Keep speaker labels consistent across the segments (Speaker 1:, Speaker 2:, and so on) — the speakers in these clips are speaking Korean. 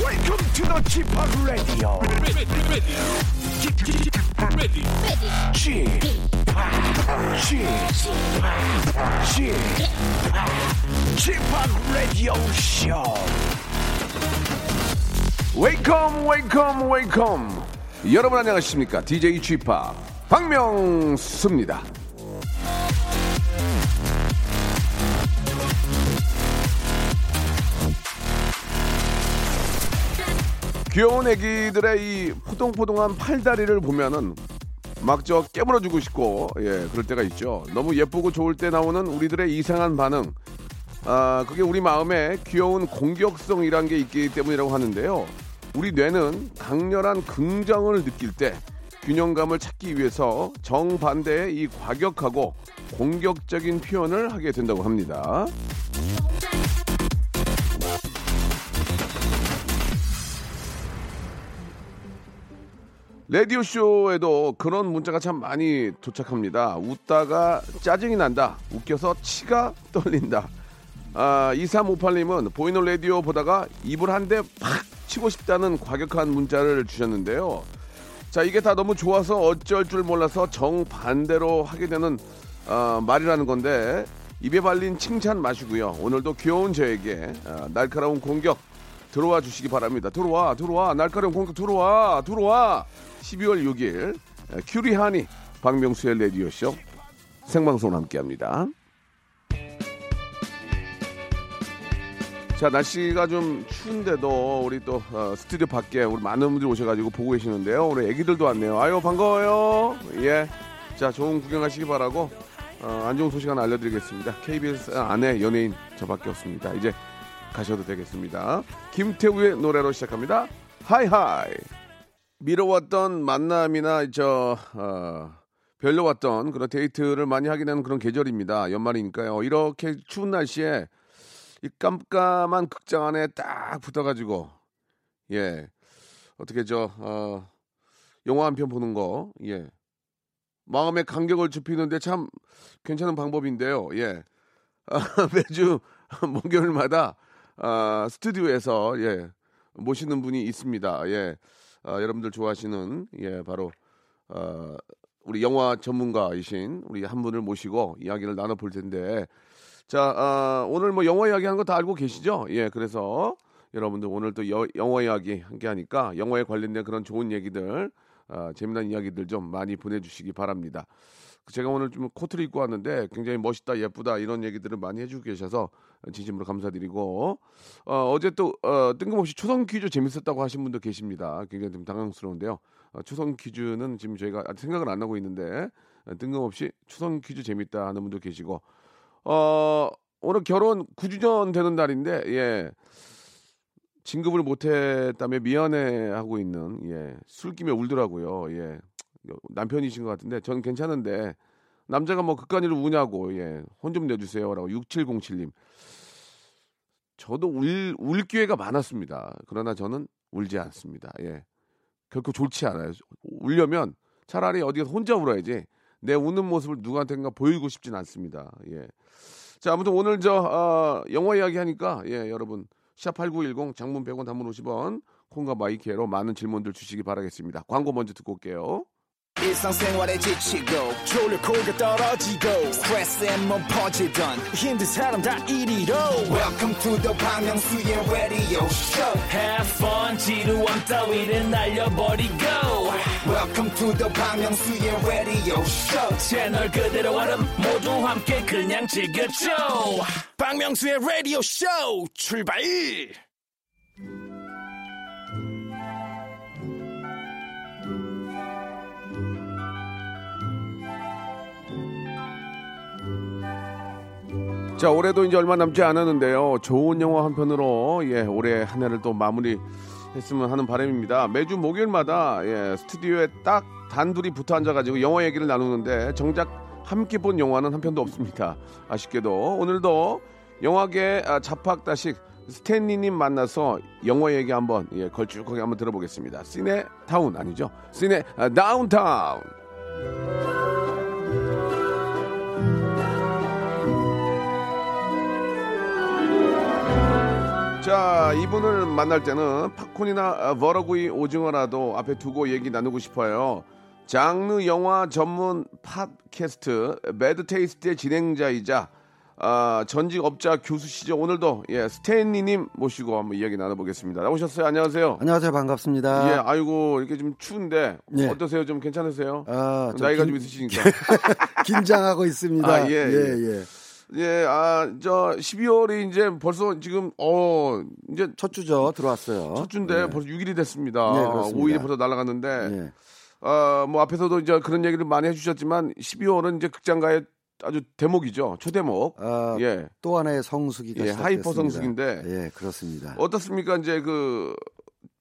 Speaker 1: Welcome to the g p o p Radio.
Speaker 2: ready, ready, ready, ready.
Speaker 1: g p o p g p o p g p o p Radio Show.
Speaker 3: 웨이컴 웨이컴 웨이컴 여러분 안녕하십니까 DJ g p o p 박명수입니다 귀여운 애기들의 이 포동포동한 팔다리를 보면은 막 저 깨물어주고 싶고 예 그럴 때가 있죠 너무 예쁘고 좋을 때 나오는 우리들의 이상한 반응 아, 그게 우리 마음에 귀여운 공격성이란 게 있기 때문이라고 하는데요. 우리 뇌는 강렬한 긍정을 느낄 때 균형감을 찾기 위해서 정반대의 이 과격하고 공격적인 표현을 하게 된다고 합니다. 라디오쇼에도 그런 문자가 참 많이 도착합니다. 웃다가 짜증이 난다. 웃겨서 치가 떨린다. 아, 2358님은 보이는 라디오 보다가 입을 한 대 팍 치고 싶다는 과격한 문자를 주셨는데요. 자, 이게 다 너무 좋아서 어쩔 줄 몰라서 정반대로 하게 되는 아, 말이라는 건데 입에 발린 칭찬 마시고요. 오늘도 귀여운 저에게 아, 날카로운 공격 들어와 주시기 바랍니다. 들어와, 들어와, 날카로운 공격 들어와, 들어와. 12월 6일 에, 큐리하니 박명수의 라디오쇼 생방송 함께합니다. 자 날씨가 좀 추운데도 우리 또 어, 스튜디오 밖에 우리 많은 분들이 오셔가지고 보고 계시는데요. 우리 애기들도 왔네요. 아유 반가워요. 예. 자 좋은 구경하시기 바라고 어, 안 좋은 소식 하나 알려드리겠습니다. KBS 안에 연예인 저밖에 없습니다. 이제 가셔도 되겠습니다. 김태우의 노래로 시작합니다. 하이하이. 미뤄왔던 만남이나 저 어, 별로왔던 그런 데이트를 많이 하게 되는 그런 계절입니다. 연말이니까요. 이렇게 추운 날씨에 이 깜깜한 극장 안에 딱 붙어가지고 예 어떻게 저 어, 영화 한 편 보는 거 예 마음의 간격을 좁히는데 참 괜찮은 방법인데요 예 아, 매주 목요일마다 아, 스튜디오에서 예 모시는 분이 있습니다 예 아, 여러분들 좋아하시는 예 바로 어, 우리 영화 전문가이신 우리 한 분을 모시고 이야기를 나눠 볼 텐데 자, 아, 오늘 뭐 영어 이야기 하는 거 다 알고 계시죠? 예, 그래서 여러분들 오늘 또 여- 영어 이야기 함께 하니까 영어에 관련된 그런 좋은 얘기들, 아, 재미난 이야기들 좀 많이 보내주시기 바랍니다. 그 제가 오늘 좀 코트를 입고 왔는데 굉장히 멋있다, 예쁘다 이런 얘기들을 많이 해주고 계셔서 진심으로 감사드리고 어, 어제 또 어, 뜬금없이 초성 퀴즈 재밌었다고 하신 분도 계십니다. 굉장히 좀 당황스러운데요. 어, 초성 퀴즈는 지금 저희가 아직 생각을 안 하고 있는데 어, 뜬금없이 초성 퀴즈 재밌다 하는 분도 계시고 어, 오늘 결혼 9주년 되는 날인데, 예. 진급을 못했다며 미안해하고 있는, 예. 술김에 울더라고요, 예. 남편이신 것 같은데, 전 괜찮은데, 남자가 뭐 극간이를 우냐고, 예. 혼 좀 내주세요. 라고 6707님. 저도 울, 울 기회가 많았습니다. 그러나 저는 울지 않습니다. 예. 결코 좋지 않아요. 울려면 차라리 어디서 혼자 울어야지 내 우는 모습을 누구한테인가 보이고 싶진 않습니다. 예. 자, 아무튼 오늘 저 어, 영화 이야기 하니까 예, 여러분 샵8910 장문 100원 단문 50원 콩과 마이키에로 많은 질문들 주시기 바라겠습니다. 광고 먼저 듣고 올게요.
Speaker 4: 일상생활에 지치고, 졸려 코가 떨어지고, 스트레스에 몸 퍼지던, 힘든 사람 다 이리로. welcome to the Bang Myung-soo's radio show
Speaker 5: Have fun 지루한 따위를 날려버리고
Speaker 4: welcome to the Bang Myung-soo's radio show
Speaker 5: 채널 그대로 얼음 모두 함께 그냥 즐겨줘 박명수의 라디오 쇼 출발
Speaker 3: 자, 올해도 이제 얼마 남지 않았는데요. 좋은 영화 한 편으로 예, 올해 한 해를 또 마무리 했으면 하는 바람입니다. 매주 목요일마다 예, 스튜디오에 딱 단둘이 붙어 앉아가지고 영화 얘기를 나누는데 정작 함께 본 영화는 한 편도 없습니다. 아쉽게도 오늘도 영화계 아, 잡학다식 스탠리님 만나서 영화 얘기 한번 예, 걸쭉하게 한번 들어보겠습니다. 시네 타운 아니죠? 시네 아, 다운타운. 자, 이분을 만날 때는 팝콘이나 버러구이 오징어라도 앞에 두고 얘기 나누고 싶어요. 장르 영화 전문 팟캐스트 매드테이스트의 진행자이자 아, 전직 업자 교수시죠. 오늘도 예, 스탠리님 모시고 한번 이야기 나눠보겠습니다. 나오셨어요? 안녕하세요.
Speaker 6: 안녕하세요 반갑습니다.
Speaker 3: 예, 아이고 이렇게 좀 추운데
Speaker 6: 예.
Speaker 3: 어떠세요? 좀 괜찮으세요?
Speaker 6: 아, 저
Speaker 3: 나이가
Speaker 6: 긴-
Speaker 3: 좀 있으시니까.
Speaker 6: 긴장하고 있습니다.
Speaker 3: 아, 예,
Speaker 6: 예, 예.
Speaker 3: 예, 아, 저 12월이 이제 벌써 지금 어 이제
Speaker 6: 첫 주죠 들어왔어요.
Speaker 3: 첫 주인데 벌써 6일이 됐습니다.
Speaker 6: 네, 그렇습니다.
Speaker 3: 5일이 벌써 날아갔는데,
Speaker 6: 예.
Speaker 3: 어, 뭐 앞에서도 이제 그런 얘기를 많이 해주셨지만 12월은 이제 극장가의 아주 대목이죠. 초대목.
Speaker 6: 아,
Speaker 3: 예.
Speaker 6: 또 하나의 성수기가
Speaker 3: 예,
Speaker 6: 시작됐습니다.
Speaker 3: 하이퍼 성수기인데.
Speaker 6: 예, 그렇습니다.
Speaker 3: 어떻습니까? 이제 그.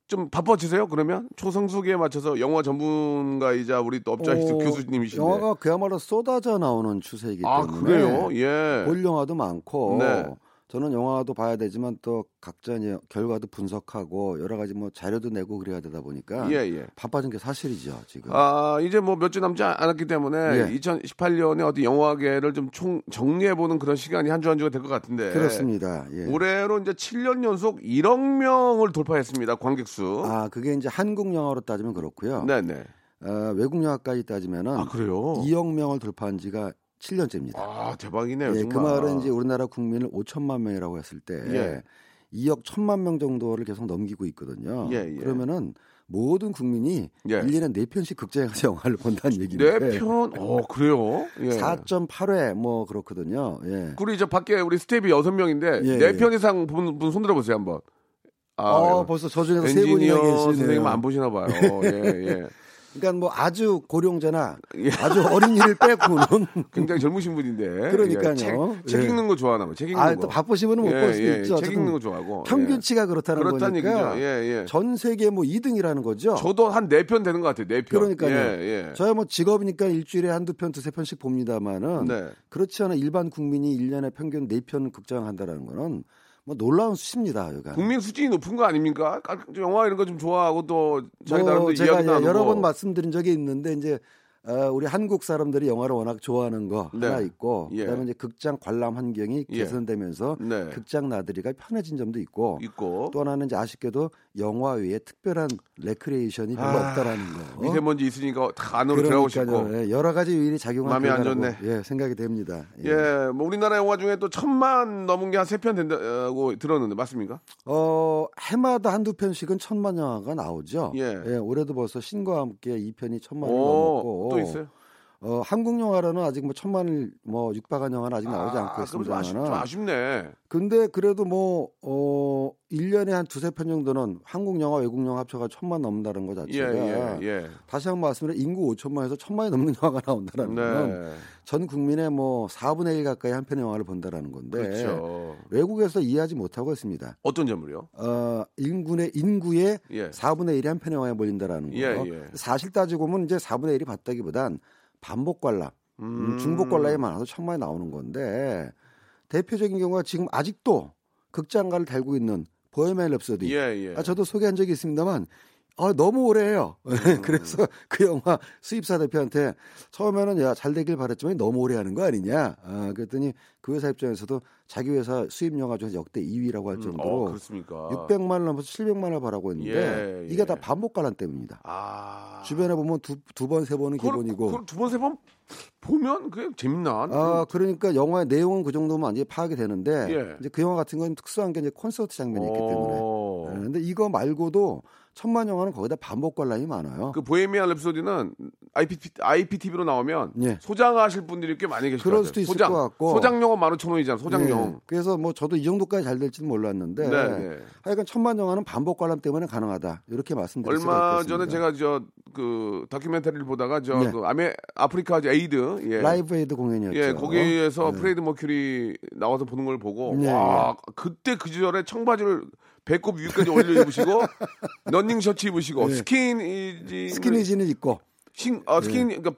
Speaker 3: 좀 바빠지세요 그러면 초성수기에 맞춰서 영화 전문가이자 우리 또 업자
Speaker 6: 어,
Speaker 3: 교수님이신데
Speaker 6: 영화가 그야말로 쏟아져 나오는 추세이기
Speaker 3: 아
Speaker 6: 때문에
Speaker 3: 그래요 예
Speaker 6: 볼 영화도 많고
Speaker 3: 네.
Speaker 6: 저는 영화도 봐야 되지만 또 각자 이제 결과도 분석하고 여러 가지 뭐 자료도 내고 그래야 되다 보니까
Speaker 3: 예, 예.
Speaker 6: 바빠진 게 사실이죠 지금.
Speaker 3: 아, 이제 뭐 몇 주 남지 않- 않았기 때문에
Speaker 6: 예.
Speaker 3: 2018년에 어디 영화계를 좀 총 정리해보는 그런 시간이 한 주 한 주가 될 것 같은데.
Speaker 6: 그렇습니다. 예.
Speaker 3: 올해로 이제 7년 연속 1억 명을 돌파했습니다. 관객수.
Speaker 6: 아 그게 이제 한국 영화로 따지면 그렇고요.
Speaker 3: 네네.
Speaker 6: 어, 외국 영화까지 따지면은
Speaker 3: 아, 그래요?
Speaker 6: 2억 명을 돌파한 지가 7년째입니다.
Speaker 3: 아, 대박이네요.
Speaker 6: 예,
Speaker 3: 정말.
Speaker 6: 그 말은 이제 우리나라 국민을 5천만 명이라고 했을 때
Speaker 3: 예.
Speaker 6: 2억 1천만 명 정도를 계속 넘기고 있거든요.
Speaker 3: 예, 예.
Speaker 6: 그러면은 모든 국민이
Speaker 3: 예.
Speaker 6: 1년에 4편씩 극장에 가서 영화를 본다는 얘기인데
Speaker 3: 네 편, 어, 그래요? 예.
Speaker 6: 4.8회 뭐 그렇거든요. 예.
Speaker 3: 우리 저 밖에 우리 스텝이 6명인데,
Speaker 6: 예,
Speaker 3: 네
Speaker 6: 예.
Speaker 3: 편 이상 분, 분 손들어보세요, 한번. 아,
Speaker 6: 어,
Speaker 3: 예.
Speaker 6: 벌써 저 중에서 세 분이나
Speaker 3: 엔지니어
Speaker 6: 계시네요.
Speaker 3: 선생님은 안 보시나 봐요. 예, 예.
Speaker 6: 그러니까 뭐 아주 고령자나 아주 어린이를 빼고는
Speaker 3: 굉장히 젊으신 분인데.
Speaker 6: 그러니까요.
Speaker 3: 예, 책, 책
Speaker 6: 예.
Speaker 3: 읽는 거 좋아하나 봐. 책 읽는
Speaker 6: 아,
Speaker 3: 거.
Speaker 6: 또 바쁘시면 은 못
Speaker 3: 예,
Speaker 6: 볼 수도
Speaker 3: 예, 책
Speaker 6: 있죠. 어쨌든
Speaker 3: 읽는 거 좋아하고. 예.
Speaker 6: 평균치가 그렇다는
Speaker 3: 그렇다는
Speaker 6: 거니까
Speaker 3: 얘기죠. 예, 예.
Speaker 6: 전 세계 뭐 2등이라는 거죠.
Speaker 3: 저도 한 네 편 되는 것 같아요. 네 편.
Speaker 6: 그러니까요.
Speaker 3: 예, 예.
Speaker 6: 저야 뭐 직업이니까 일주일에 한두 편, 두세 편씩 봅니다만은
Speaker 3: 네.
Speaker 6: 그렇지 않은 일반 국민이 1년에 평균 4편 극장 한다라는 거는 뭐 놀라운 수치입니다. 여기가.
Speaker 3: 국민 수준이 높은 거 아닙니까? 깔- 영화 이런 거 좀 좋아하고 또 자기
Speaker 6: 뭐
Speaker 3: 나름대로
Speaker 6: 제가
Speaker 3: 이야기
Speaker 6: 이제
Speaker 3: 나누고.
Speaker 6: 여러 번 말씀드린 적이 있는데 이제 어, 우리 한국 사람들이 영화를 워낙 좋아하는 거
Speaker 3: 네.
Speaker 6: 하나 있고
Speaker 3: 예.
Speaker 6: 그다음에 이제 극장 관람 환경이
Speaker 3: 예.
Speaker 6: 개선되면서
Speaker 3: 네.
Speaker 6: 극장 나들이가 편해진 점도 있고
Speaker 3: 있고
Speaker 6: 또 하나는 이제 아쉽게도 영화 외에 특별한 레크레이션이 별로
Speaker 3: 아,
Speaker 6: 없다라는 거.
Speaker 3: 미세먼지 있으니까 다 안으로 들어가고 싶고.
Speaker 6: 어? 그러니까요. 예, 여러 가지 요인이 작용한
Speaker 3: 마음이 안
Speaker 6: 결과라고, 예, 생각이 됩니다. 예.
Speaker 3: 예, 뭐 우리나라 영화 중에 또 천만 넘은 게 한 세 편 된다고 들었는데 맞습니까?
Speaker 6: 어, 해마다 한두 편씩은 천만 영화가 나오죠.
Speaker 3: 예.
Speaker 6: 올해도 벌써 신과 함께 이편이 천만을
Speaker 3: 오,
Speaker 6: 넘었고
Speaker 3: 또 있어요.
Speaker 6: 어, 한국 영화로는 아직 뭐 천만을 뭐 육박한 영화는 아직 나오지
Speaker 3: 아,
Speaker 6: 않고
Speaker 3: 그럼 좀 아쉽, 좀
Speaker 6: 있습니다만.
Speaker 3: 아쉽네.
Speaker 6: 근데 그래도 뭐 어, 1년에 한 두세 편 정도는 한국 영화, 외국 영화 합쳐가 천만 넘는다는 것
Speaker 3: 예,
Speaker 6: 자체가
Speaker 3: 예, 예.
Speaker 6: 다시 한번 말씀드려 인구 5천만에서 천만이 넘는 영화가 나온다는 건
Speaker 3: 네.
Speaker 6: 전 국민의 뭐 4분의 1 가까이 한 편의 영화를 본다라는 건데
Speaker 3: 그렇죠.
Speaker 6: 외국에서 이해하지 못하고 있습니다.
Speaker 3: 어떤 점을요?
Speaker 6: 어, 인구의 인구의
Speaker 3: 예.
Speaker 6: 4분의 1이 한 편의 영화에 몰린다라는 거예요.
Speaker 3: 예, 예.
Speaker 6: 사실 따지고 보면 이제 4분의 1이 봤다기보단 반복 관람, 음, 중복 관람이 많아서 천만에 나오는 건데 대표적인 경우가 지금 아직도 극장가를 달고 있는 보헤미안 랩소디.
Speaker 3: 예, 예.
Speaker 6: 아, 저도 소개한 적이 있습니다만 아, 너무 오래해요.
Speaker 3: 음.
Speaker 6: 그래서 그 영화 수입사 대표한테 처음에는 야, 잘 되길 바랬지만 너무 오래 하는 거 아니냐. 아, 그랬더니 그 회사 입장에서도 자기 회사 수입 영화 중에서 역대 2위라고 할
Speaker 3: 어,
Speaker 6: 그 정도로
Speaker 3: 그렇습니까?
Speaker 6: 600만 원 넘어서 700만 원을 바라고 있는데
Speaker 3: 예, 예.
Speaker 6: 이게 다 반복 관람 때문입니다.
Speaker 3: 아.
Speaker 6: 주변에 보면 두 두 번 세 번은 기본이고
Speaker 3: 두번 세 번 보면 그게 재밌나?
Speaker 6: 아 그러니까 영화의 내용은 그 정도면 이제 파악이 되는데
Speaker 3: 예.
Speaker 6: 이제 그 영화 같은 건 특수한 게 이제 콘서트 장면이 있기 때문에
Speaker 3: 어.
Speaker 6: 그런데 네, 이거 말고도 천만 영화는 거기다 반복 관람이 많아요.
Speaker 3: 그 보헤미안 랩소디는 IPT, IPTV로 나오면
Speaker 6: 예.
Speaker 3: 소장하실 분들이 꽤 많이 계시죠.
Speaker 6: 그럴 수도 있을
Speaker 3: 소장,
Speaker 6: 것 같고.
Speaker 3: 소장용은 15,000원이잖아. 소장용.
Speaker 6: 예. 그래서 뭐 저도 이 정도까지 잘 될지는 몰랐는데
Speaker 3: 네, 네.
Speaker 6: 하여간 천만 영화는 반복 관람 때문에 가능하다 이렇게 말씀드릴 수가
Speaker 3: 얼마
Speaker 6: 있겠습니다.
Speaker 3: 전에 제가 저 그 다큐멘터리를 보다가 저
Speaker 6: 예.
Speaker 3: 그 아메 아프리카 저 에이드 예.
Speaker 6: 라이브 에이드 공연이었죠. 어? 네.
Speaker 3: 예, 거기에서 프레이드 머큐리 나와서 보는 걸 보고
Speaker 6: 예,
Speaker 3: 와 그때 그 시절에 청바지를 배꼽 위까지 올려 입으시고 러닝 셔츠 입으시고 스키니지
Speaker 6: 네. 스키니지는 있고
Speaker 3: 신, 아, 스킨, 그러니까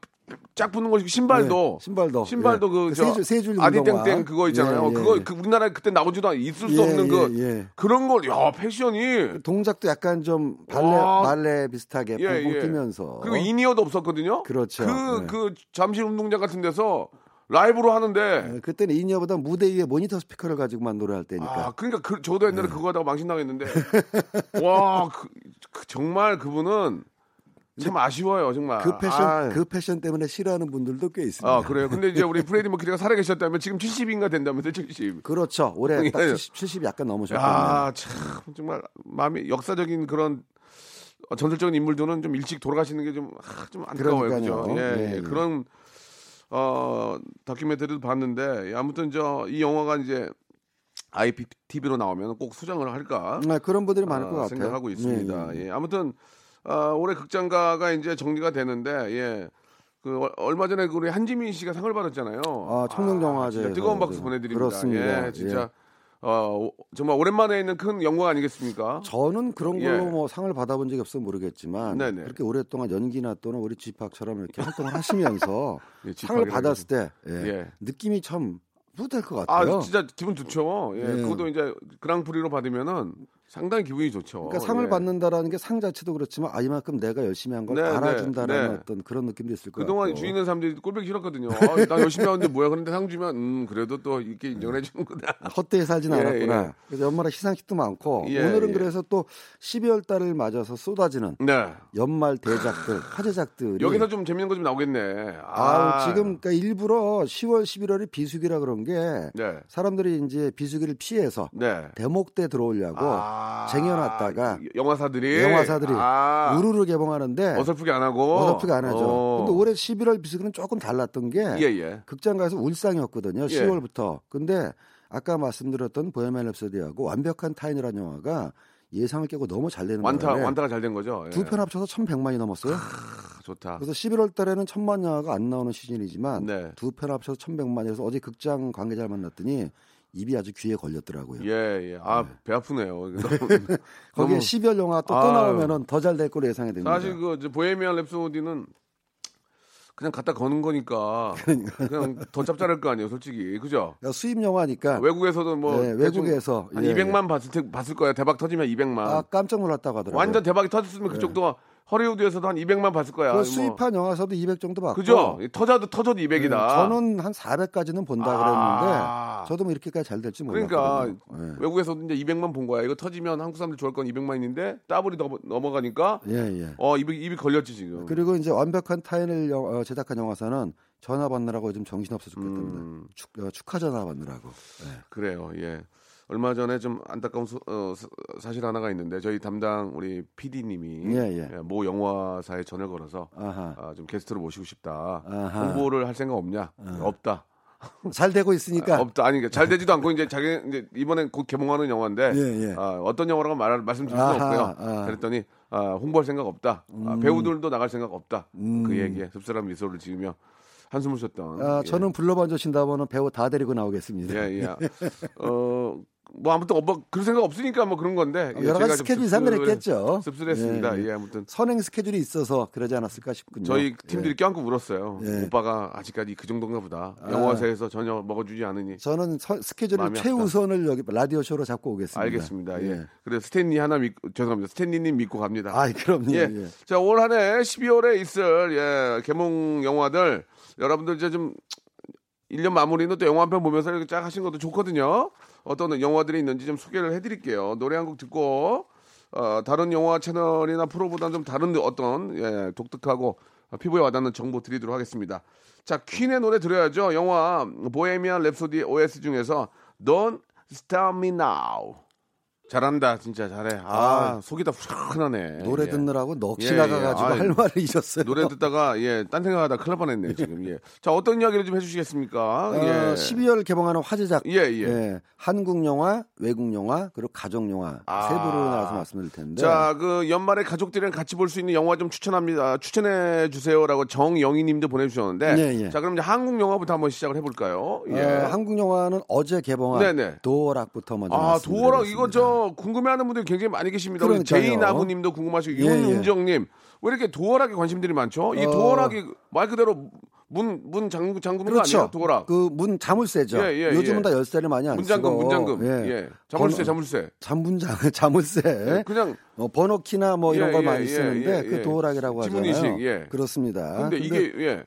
Speaker 3: 쫙 붙는 것이고 신발도
Speaker 6: 네, 신발도.
Speaker 3: 신발도
Speaker 6: 예.
Speaker 3: 그,
Speaker 6: 그
Speaker 3: 저,
Speaker 6: 세줄- 세줄
Speaker 3: 아디땡땡
Speaker 6: 운동화.
Speaker 3: 그거 있잖아요.
Speaker 6: 예, 예,
Speaker 3: 그거
Speaker 6: 예.
Speaker 3: 그 우리나라에 그때 나오지도 않, 있을 수
Speaker 6: 예,
Speaker 3: 없는 그
Speaker 6: 예, 예.
Speaker 3: 그런 걸, 야 패션이.
Speaker 6: 동작도 약간 좀 발레
Speaker 3: 와.
Speaker 6: 발레 비슷하게
Speaker 3: 어. 예,
Speaker 6: 붕붕
Speaker 3: 예.
Speaker 6: 뛰면서
Speaker 3: 그리고 이니어도 없었거든요.
Speaker 6: 그렇죠.
Speaker 3: 그,
Speaker 6: 네.
Speaker 3: 그 잠실 운동장 같은 데서 라이브로 하는데
Speaker 6: 어, 그때는 인이어보다 무대 위에 모니터 스피커를 가지고만 노래할 때니까. 네.
Speaker 3: 아 그러니까 그, 저도 옛날에 그거 하다가 망신 당했는데 와 그, 그 정말 그분은 참 아쉬워요 정말
Speaker 6: 그 패션
Speaker 3: 아,
Speaker 6: 그 네. 패션 때문에 싫어하는 분들도 꽤 있습니다.
Speaker 3: 아, 그래요 근데 이제 우리 프레디 머큐리가 살아계셨다면 지금 70인가 된다면서 70
Speaker 6: 그렇죠. 올해 딱
Speaker 3: 예. 아.
Speaker 6: 70, 70 약간 넘으셨거든요.
Speaker 3: 야, 참 정말 마음이 역사적인 그런 어, 전설적인 인물들은 좀 일찍 돌아가시는 게 좀 좀 안타까워요,
Speaker 6: 그러니까요.
Speaker 3: 그죠? 예,
Speaker 6: 예,
Speaker 3: 예.
Speaker 6: 예.
Speaker 3: 그런 어 다큐멘터리도 봤는데 예, 아무튼 저 이 영화가 이제 IPTV로 나오면 꼭 수장을 할까
Speaker 6: 아, 그런 분들이 많을
Speaker 3: 아,
Speaker 6: 것 같아요.
Speaker 3: 생각하고
Speaker 6: 예,
Speaker 3: 있습니다.
Speaker 6: 예.
Speaker 3: 예, 아무튼 아, 올해 극장가가 이제 정리가 되는데 예. 그 얼- 얼마 전에 그 우리 한지민 씨가 상을 받았잖아요.
Speaker 6: 아, 청룡영화제에서.
Speaker 3: 진짜 뜨거운 박수
Speaker 6: 네.
Speaker 3: 보내드립니다.
Speaker 6: 그렇습니다.
Speaker 3: 예, 진짜 어, 오- 정말 오랜만에 있는 큰 영광 아니겠습니까?
Speaker 6: 저는 그런 걸로
Speaker 3: 예.
Speaker 6: 뭐 상을 받아본 적이 없어 모르겠지만
Speaker 3: 네네.
Speaker 6: 그렇게 오랫동안 연기나 또는 우리 집학처럼 이렇게 활동을 하시면서
Speaker 3: 예,
Speaker 6: 상을
Speaker 3: 집합이라고
Speaker 6: 받았을 때 예,
Speaker 3: 예.
Speaker 6: 느낌이 참 뿌듯할 것
Speaker 3: 아,
Speaker 6: 같아요.
Speaker 3: 진짜 기분 좋죠. 예,
Speaker 6: 예.
Speaker 3: 그것도 이제 그랑프리로 받으면은 상당히 기분이 좋죠.
Speaker 6: 그러니까 상을
Speaker 3: 예.
Speaker 6: 받는다라는 게 상 자체도 그렇지만 아 이만큼 내가 열심히 한 걸
Speaker 3: 네, 네,
Speaker 6: 알아준다라는
Speaker 3: 네.
Speaker 6: 어떤 그런 느낌도 있을 것
Speaker 3: 그동안
Speaker 6: 같고.
Speaker 3: 주인은 사람들이 꼴보기 싫었거든요. 아, 나 열심히 하는데 뭐야. 그런데 상 주면, 음, 그래도 또 이렇게 인정을 해주는구나.
Speaker 6: 헛되이 살진
Speaker 3: 예,
Speaker 6: 않았구나.
Speaker 3: 예.
Speaker 6: 그래서 연말에 시상식도 많고
Speaker 3: 예,
Speaker 6: 오늘은
Speaker 3: 예.
Speaker 6: 그래서 또 12월 달을 맞아서 쏟아지는
Speaker 3: 네.
Speaker 6: 연말 대작들, 화제작들이
Speaker 3: 아, 여기서 좀 재밌는 거 좀 나오겠네.
Speaker 6: 아, 지금 그러니까 일부러 10월 11월이 비수기라 그런 게
Speaker 3: 네.
Speaker 6: 사람들이 이제 비수기를 피해서
Speaker 3: 네.
Speaker 6: 대목 때 들어오려고
Speaker 3: 아,
Speaker 6: 쟁여놨다가
Speaker 3: 영화사들이
Speaker 6: 영화사들이
Speaker 3: 아,
Speaker 6: 우르르 개봉하는데
Speaker 3: 어설프게 안 하고
Speaker 6: 어설프게 안 하죠.
Speaker 3: 어.
Speaker 6: 근데 올해 11월 비수기는 조금 달랐던 게
Speaker 3: 예, 예.
Speaker 6: 극장 가서 울상이었거든요. 10월부터. 근데 아까 말씀드렸던 보헤미안 랩소디하고 완벽한 타인이라는 영화가 예상을 깨고 너무 잘 되는
Speaker 3: 완타
Speaker 6: 바람에
Speaker 3: 완타가 잘 된 거죠. 예.
Speaker 6: 두편 합쳐서 1,100만이 넘었어요.
Speaker 3: 아, 좋다.
Speaker 6: 그래서 11월 달에는 천만 영화가 안 나오는 시즌이지만
Speaker 3: 네.
Speaker 6: 두 편 합쳐서 1,100만이라서 어제 극장 관계자를 만났더니 입이 아주 귀에 걸렸더라고요.
Speaker 3: 예, 예. 아, 배 아프네요.
Speaker 6: 거기에
Speaker 3: 너무-
Speaker 6: 12월 영화 또, 또
Speaker 3: 아유.
Speaker 6: 나오면 더 잘 될 거로 예상이 됩니다.
Speaker 3: 사실 그 이제 보헤미안 랩소디는 그냥 갖다 거는 거니까 그냥 더 짭짤할 거 아니에요, 솔직히. 그죠?
Speaker 6: 그러니까 수입 영화니까
Speaker 3: 외국에서도 뭐
Speaker 6: 네,
Speaker 3: 대충
Speaker 6: 외국에서.
Speaker 3: 한
Speaker 6: 예,
Speaker 3: 200만 봤을, 테- 봤을 거예요. 대박 터지면 200만.
Speaker 6: 아 깜짝 놀랐다고 하더라고요. 네.
Speaker 3: 완전 대박이 터졌으면 그쪽도 허리우드에서도 한 200만 봤을 거야.
Speaker 6: 그
Speaker 3: 뭐.
Speaker 6: 수입한 영화에서도 200 정도 받고 예,
Speaker 3: 그죠? 터져도 터져도 200이다.
Speaker 6: 네, 저는 한 400까지는 본다
Speaker 3: 아.
Speaker 6: 그랬는데 저도 뭐 이렇게까지 잘 될지
Speaker 3: 그러니까
Speaker 6: 몰랐거든요. 예.
Speaker 3: 외국에서도 이제 200만 본 거야. 이거 터지면 한국 사람들 좋아할 건 200만인데 따블이 넘- 넘어가니까
Speaker 6: 예, 예.
Speaker 3: 어 입이 입이 걸렸지 지금.
Speaker 6: 그리고 이제 완벽한 타인을 영- 어, 제작한 영화사는 전화 받느라고 좀 정신없어 죽겠답니다.
Speaker 3: 음.
Speaker 6: 축, 어, 축하 전화 받느라고.
Speaker 3: 그래요. 예. 얼마 전에 좀 안타까운 소- 어, 사- 사실 하나가 있는데 저희 담당 우리 PD님이
Speaker 6: 예, 예.
Speaker 3: 모 영화사에 전을 걸어서
Speaker 6: 아하.
Speaker 3: 아, 좀 게스트로 모시고 싶다.
Speaker 6: 아하. 아.
Speaker 3: 홍보를 할 생각 없냐? 없다.
Speaker 6: 잘 되고 있으니까.
Speaker 3: 없다. 아니 그러니까 잘 되지도 않고 이제 자기 이제 이번에 곧 개봉하는 영화인데
Speaker 6: 예, 예.
Speaker 3: 아, 어떤 영화라고 말 말씀드릴 수는
Speaker 6: 아하,
Speaker 3: 없고요.
Speaker 6: 아. 음.
Speaker 3: 그랬더니 아, 홍보할 생각 없다. 아, 배우들도 나갈 생각 없다. 그 얘기에 씁쓸한 미소를 지으며 한숨을 쉬었던.
Speaker 6: 아,
Speaker 3: 예.
Speaker 6: 저는 네. 불러봐 주신다면 배우 다 데리고 나오겠습니다.
Speaker 3: 예, 예. 어, 뭐 아무튼 뭐 그런 생각 없으니까 뭐 그런 건데 예,
Speaker 6: 여러 가지
Speaker 3: 제가 좀
Speaker 6: 스케줄
Speaker 3: 씁쓸-
Speaker 6: 이상을 했겠죠.
Speaker 3: 씁쓸했습니다. 예, 아무튼
Speaker 6: 선행 스케줄이 있어서 그러지 않았을까 싶군요.
Speaker 3: 저희
Speaker 6: 예.
Speaker 3: 팀들이 껴안고 울었어요.
Speaker 6: 예.
Speaker 3: 오빠가 아직까지 그 정도인가 보다. 영화사에서 전혀 먹어주지 않으니.
Speaker 6: 저는 서- 스케줄을
Speaker 3: 마음이
Speaker 6: 최우선을 여기 라디오 쇼로 잡고 오겠습니다.
Speaker 3: 알겠습니다. 예. 그래 스탠리 하나 믿고 죄송합니다. 스탠리님 믿고 갑니다.
Speaker 6: 아, 그럼요.
Speaker 3: 예.
Speaker 6: 예.
Speaker 3: 자, 올 한 해 12월에 있을 예, 개봉 영화들 여러분들 이제 좀 1년 마무리는 또 영화 한 편 보면서 이렇게 쫙 하신 것도 좋거든요. 어떤 영화들이 있는지 좀 소개를 해 드릴게요. 노래 한 곡 듣고 어, 다른 영화 채널이나 프로보다는 좀 다른 어떤 예, 독특하고 피부에 와닿는 정보 드리도록 하겠습니다. 자, 퀸의 노래 들어야죠. 영화 보헤미안 랩소디 OS 중에서 Don't Stop Me Now. 잘한다, 진짜 잘해. 아, 속이 다 후련하네.
Speaker 6: 노래
Speaker 3: 예.
Speaker 6: 듣느라고 넋이
Speaker 3: 예, 예.
Speaker 6: 나가가지고
Speaker 3: 아이,
Speaker 6: 할 말을 잊었어요.
Speaker 3: 노래 듣다가 예딴 생각하다 큰일 날 뻔했네요 지금 예. 자 어떤 이야기를 좀 해주시겠습니까?
Speaker 6: 어, 네.
Speaker 3: 예.
Speaker 6: 12월 개봉하는 화제작.
Speaker 3: 예, 예.
Speaker 6: 한국 영화, 외국 영화, 그리고 가족 영화
Speaker 3: 아.
Speaker 6: 세 부로 나와서 말씀드릴 텐데.
Speaker 3: 자그 연말에 가족들이랑 같이 볼 수 있는 영화 좀 추천합니다 추천해 주세요라고 정영희님도 보내주셨는데
Speaker 6: 예, 예.
Speaker 3: 자 그럼 이제 한국 영화부터 한번 시작을 해볼까요? 예.
Speaker 6: 어, 한국 영화는 어제 개봉한
Speaker 3: 네네.
Speaker 6: 도어락부터 먼저
Speaker 3: 아 도어락 이거
Speaker 6: 말씀드리겠습니다.
Speaker 3: 저 궁금해하는 분들이 굉장히 많이 계십니다. 우리
Speaker 6: 그러니까요.
Speaker 3: 제이나무님도 궁금하시고
Speaker 6: 예, 예.
Speaker 3: 윤은정님 왜 이렇게 도어락에 관심들이 많죠? 이
Speaker 6: 어.
Speaker 3: 도어락이 말 그대로 문문 잠금 잠그는 거
Speaker 6: 그렇죠.
Speaker 3: 아니에요? 도어락
Speaker 6: 그 문 자물쇠죠.
Speaker 3: 예, 예,
Speaker 6: 요즘은
Speaker 3: 예.
Speaker 6: 다 열쇠를 많이 안
Speaker 3: 문잠금
Speaker 6: 쓰고.
Speaker 3: 문잠금 예, 자물쇠 자물쇠
Speaker 6: 잠분장 자물쇠.
Speaker 3: 네, 그냥
Speaker 6: 어, 번호키나 뭐 이런
Speaker 3: 예,
Speaker 6: 걸
Speaker 3: 예,
Speaker 6: 많이
Speaker 3: 예,
Speaker 6: 쓰는데
Speaker 3: 예, 예.
Speaker 6: 그 도어락이라고 하잖아요.
Speaker 3: 지문인식, 예.
Speaker 6: 그렇습니다.
Speaker 3: 근데 이게 예.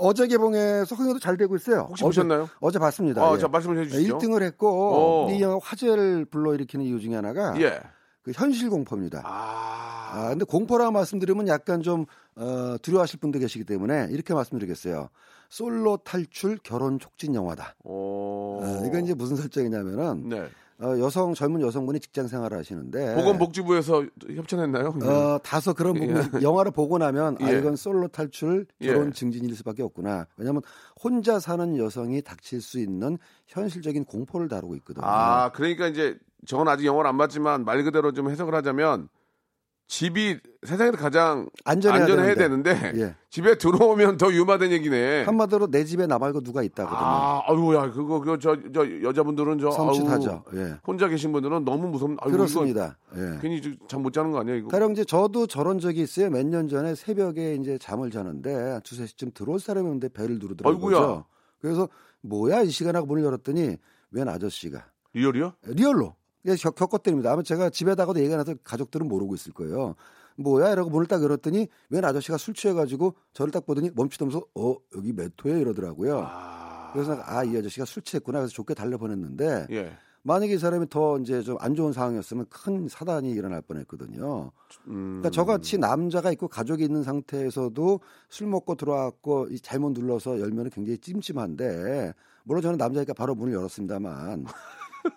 Speaker 6: 어제 개봉해서 흥행도 잘 되고 있어요.
Speaker 3: 혹시
Speaker 6: 어제,
Speaker 3: 보셨나요?
Speaker 6: 어제 봤습니다. 예. 네,
Speaker 3: 아, 자, 말씀을 해주시죠.
Speaker 6: 1등을 했고
Speaker 3: 어.
Speaker 6: 근데 이 영화 화제를 불러일으키는 이유 중에 하나가
Speaker 3: 예.
Speaker 6: 그 현실 공포입니다.
Speaker 3: 아,
Speaker 6: 아, 근데 공포라 말씀드리면 약간 좀 어, 두려워하실 분도 계시기 때문에 이렇게 말씀드리겠어요. 솔로 탈출 결혼 촉진 영화다.
Speaker 3: 오.
Speaker 6: 어, 이건 이제 무슨 설정이냐면은
Speaker 3: 네.
Speaker 6: 어, 여성 젊은 여성분이 직장 생활을 하시는데
Speaker 3: 보건복지부에서 협찬했나요?
Speaker 6: 예. 어, 다소 그런 부분 영화를 보고 나면 아
Speaker 3: 예.
Speaker 6: 이건 솔로 탈출 결혼
Speaker 3: 예.
Speaker 6: 증진일 수밖에 없구나. 왜냐하면 혼자 사는 여성이 닥칠 수 있는 현실적인 공포를 다루고 있거든요.
Speaker 3: 아, 그러니까 이제 저는 아직 영화를 안 봤지만 말 그대로 좀 해석을 하자면 집이 세상에서 가장
Speaker 6: 안전해야,
Speaker 3: 안전해야
Speaker 6: 되는데.
Speaker 3: 되는데,
Speaker 6: 예.
Speaker 3: 집에 들어오면 더 위험하다는 얘기네.
Speaker 6: 한마디로 내 집에 나 말고 누가 있다거든요.
Speaker 3: 예. 아, 아유, 야, 그거, 그거, 저, 저, 여자분들은 저,
Speaker 6: 섬찟하죠.
Speaker 3: 아우,
Speaker 6: 예.
Speaker 3: 혼자 계신 분들은 너무 무섭, 아유,
Speaker 6: 그렇습니다.
Speaker 3: 이거
Speaker 6: 예.
Speaker 3: 괜히 잠 못 자는 거 아니야, 이거?
Speaker 6: 가령 이제 저도 저런 적이 있어요. 몇 년 전에 새벽에 이제 잠을 자는데 두세 시쯤 들어올 사람이 없는데 배를 누르더라고요.
Speaker 3: 아이고야.
Speaker 6: 그죠? 그래서 뭐야 이 시간 하고 문을 열었더니 웬 아저씨가
Speaker 3: 리얼이요?
Speaker 6: 리얼로 그냥 겪- 겪었답니다. 아마 제가 집에다가도 얘기가 나서 가족들은 모르고 있을 거예요. 뭐야 이러고 문을 딱 열었더니 웬 아저씨가 술 취해가지고 저를 딱 보더니 멈추면서 어 여기 메토에 이러더라고요. 그래서 아 이 아저씨가 술 취했구나 그래서 좋게 달려보냈는데
Speaker 3: 예.
Speaker 6: 만약에 이 사람이 더 이제 좀 안 좋은 상황이었으면 큰 사단이 일어날 뻔했거든요. 그러니까
Speaker 3: 음.
Speaker 6: 저같이 남자가 있고 가족이 있는 상태에서도 술 먹고 들어왔고 이 잘못 눌러서 열면 굉장히 찜찜한데 물론 저는 남자니까 바로 문을 열었습니다만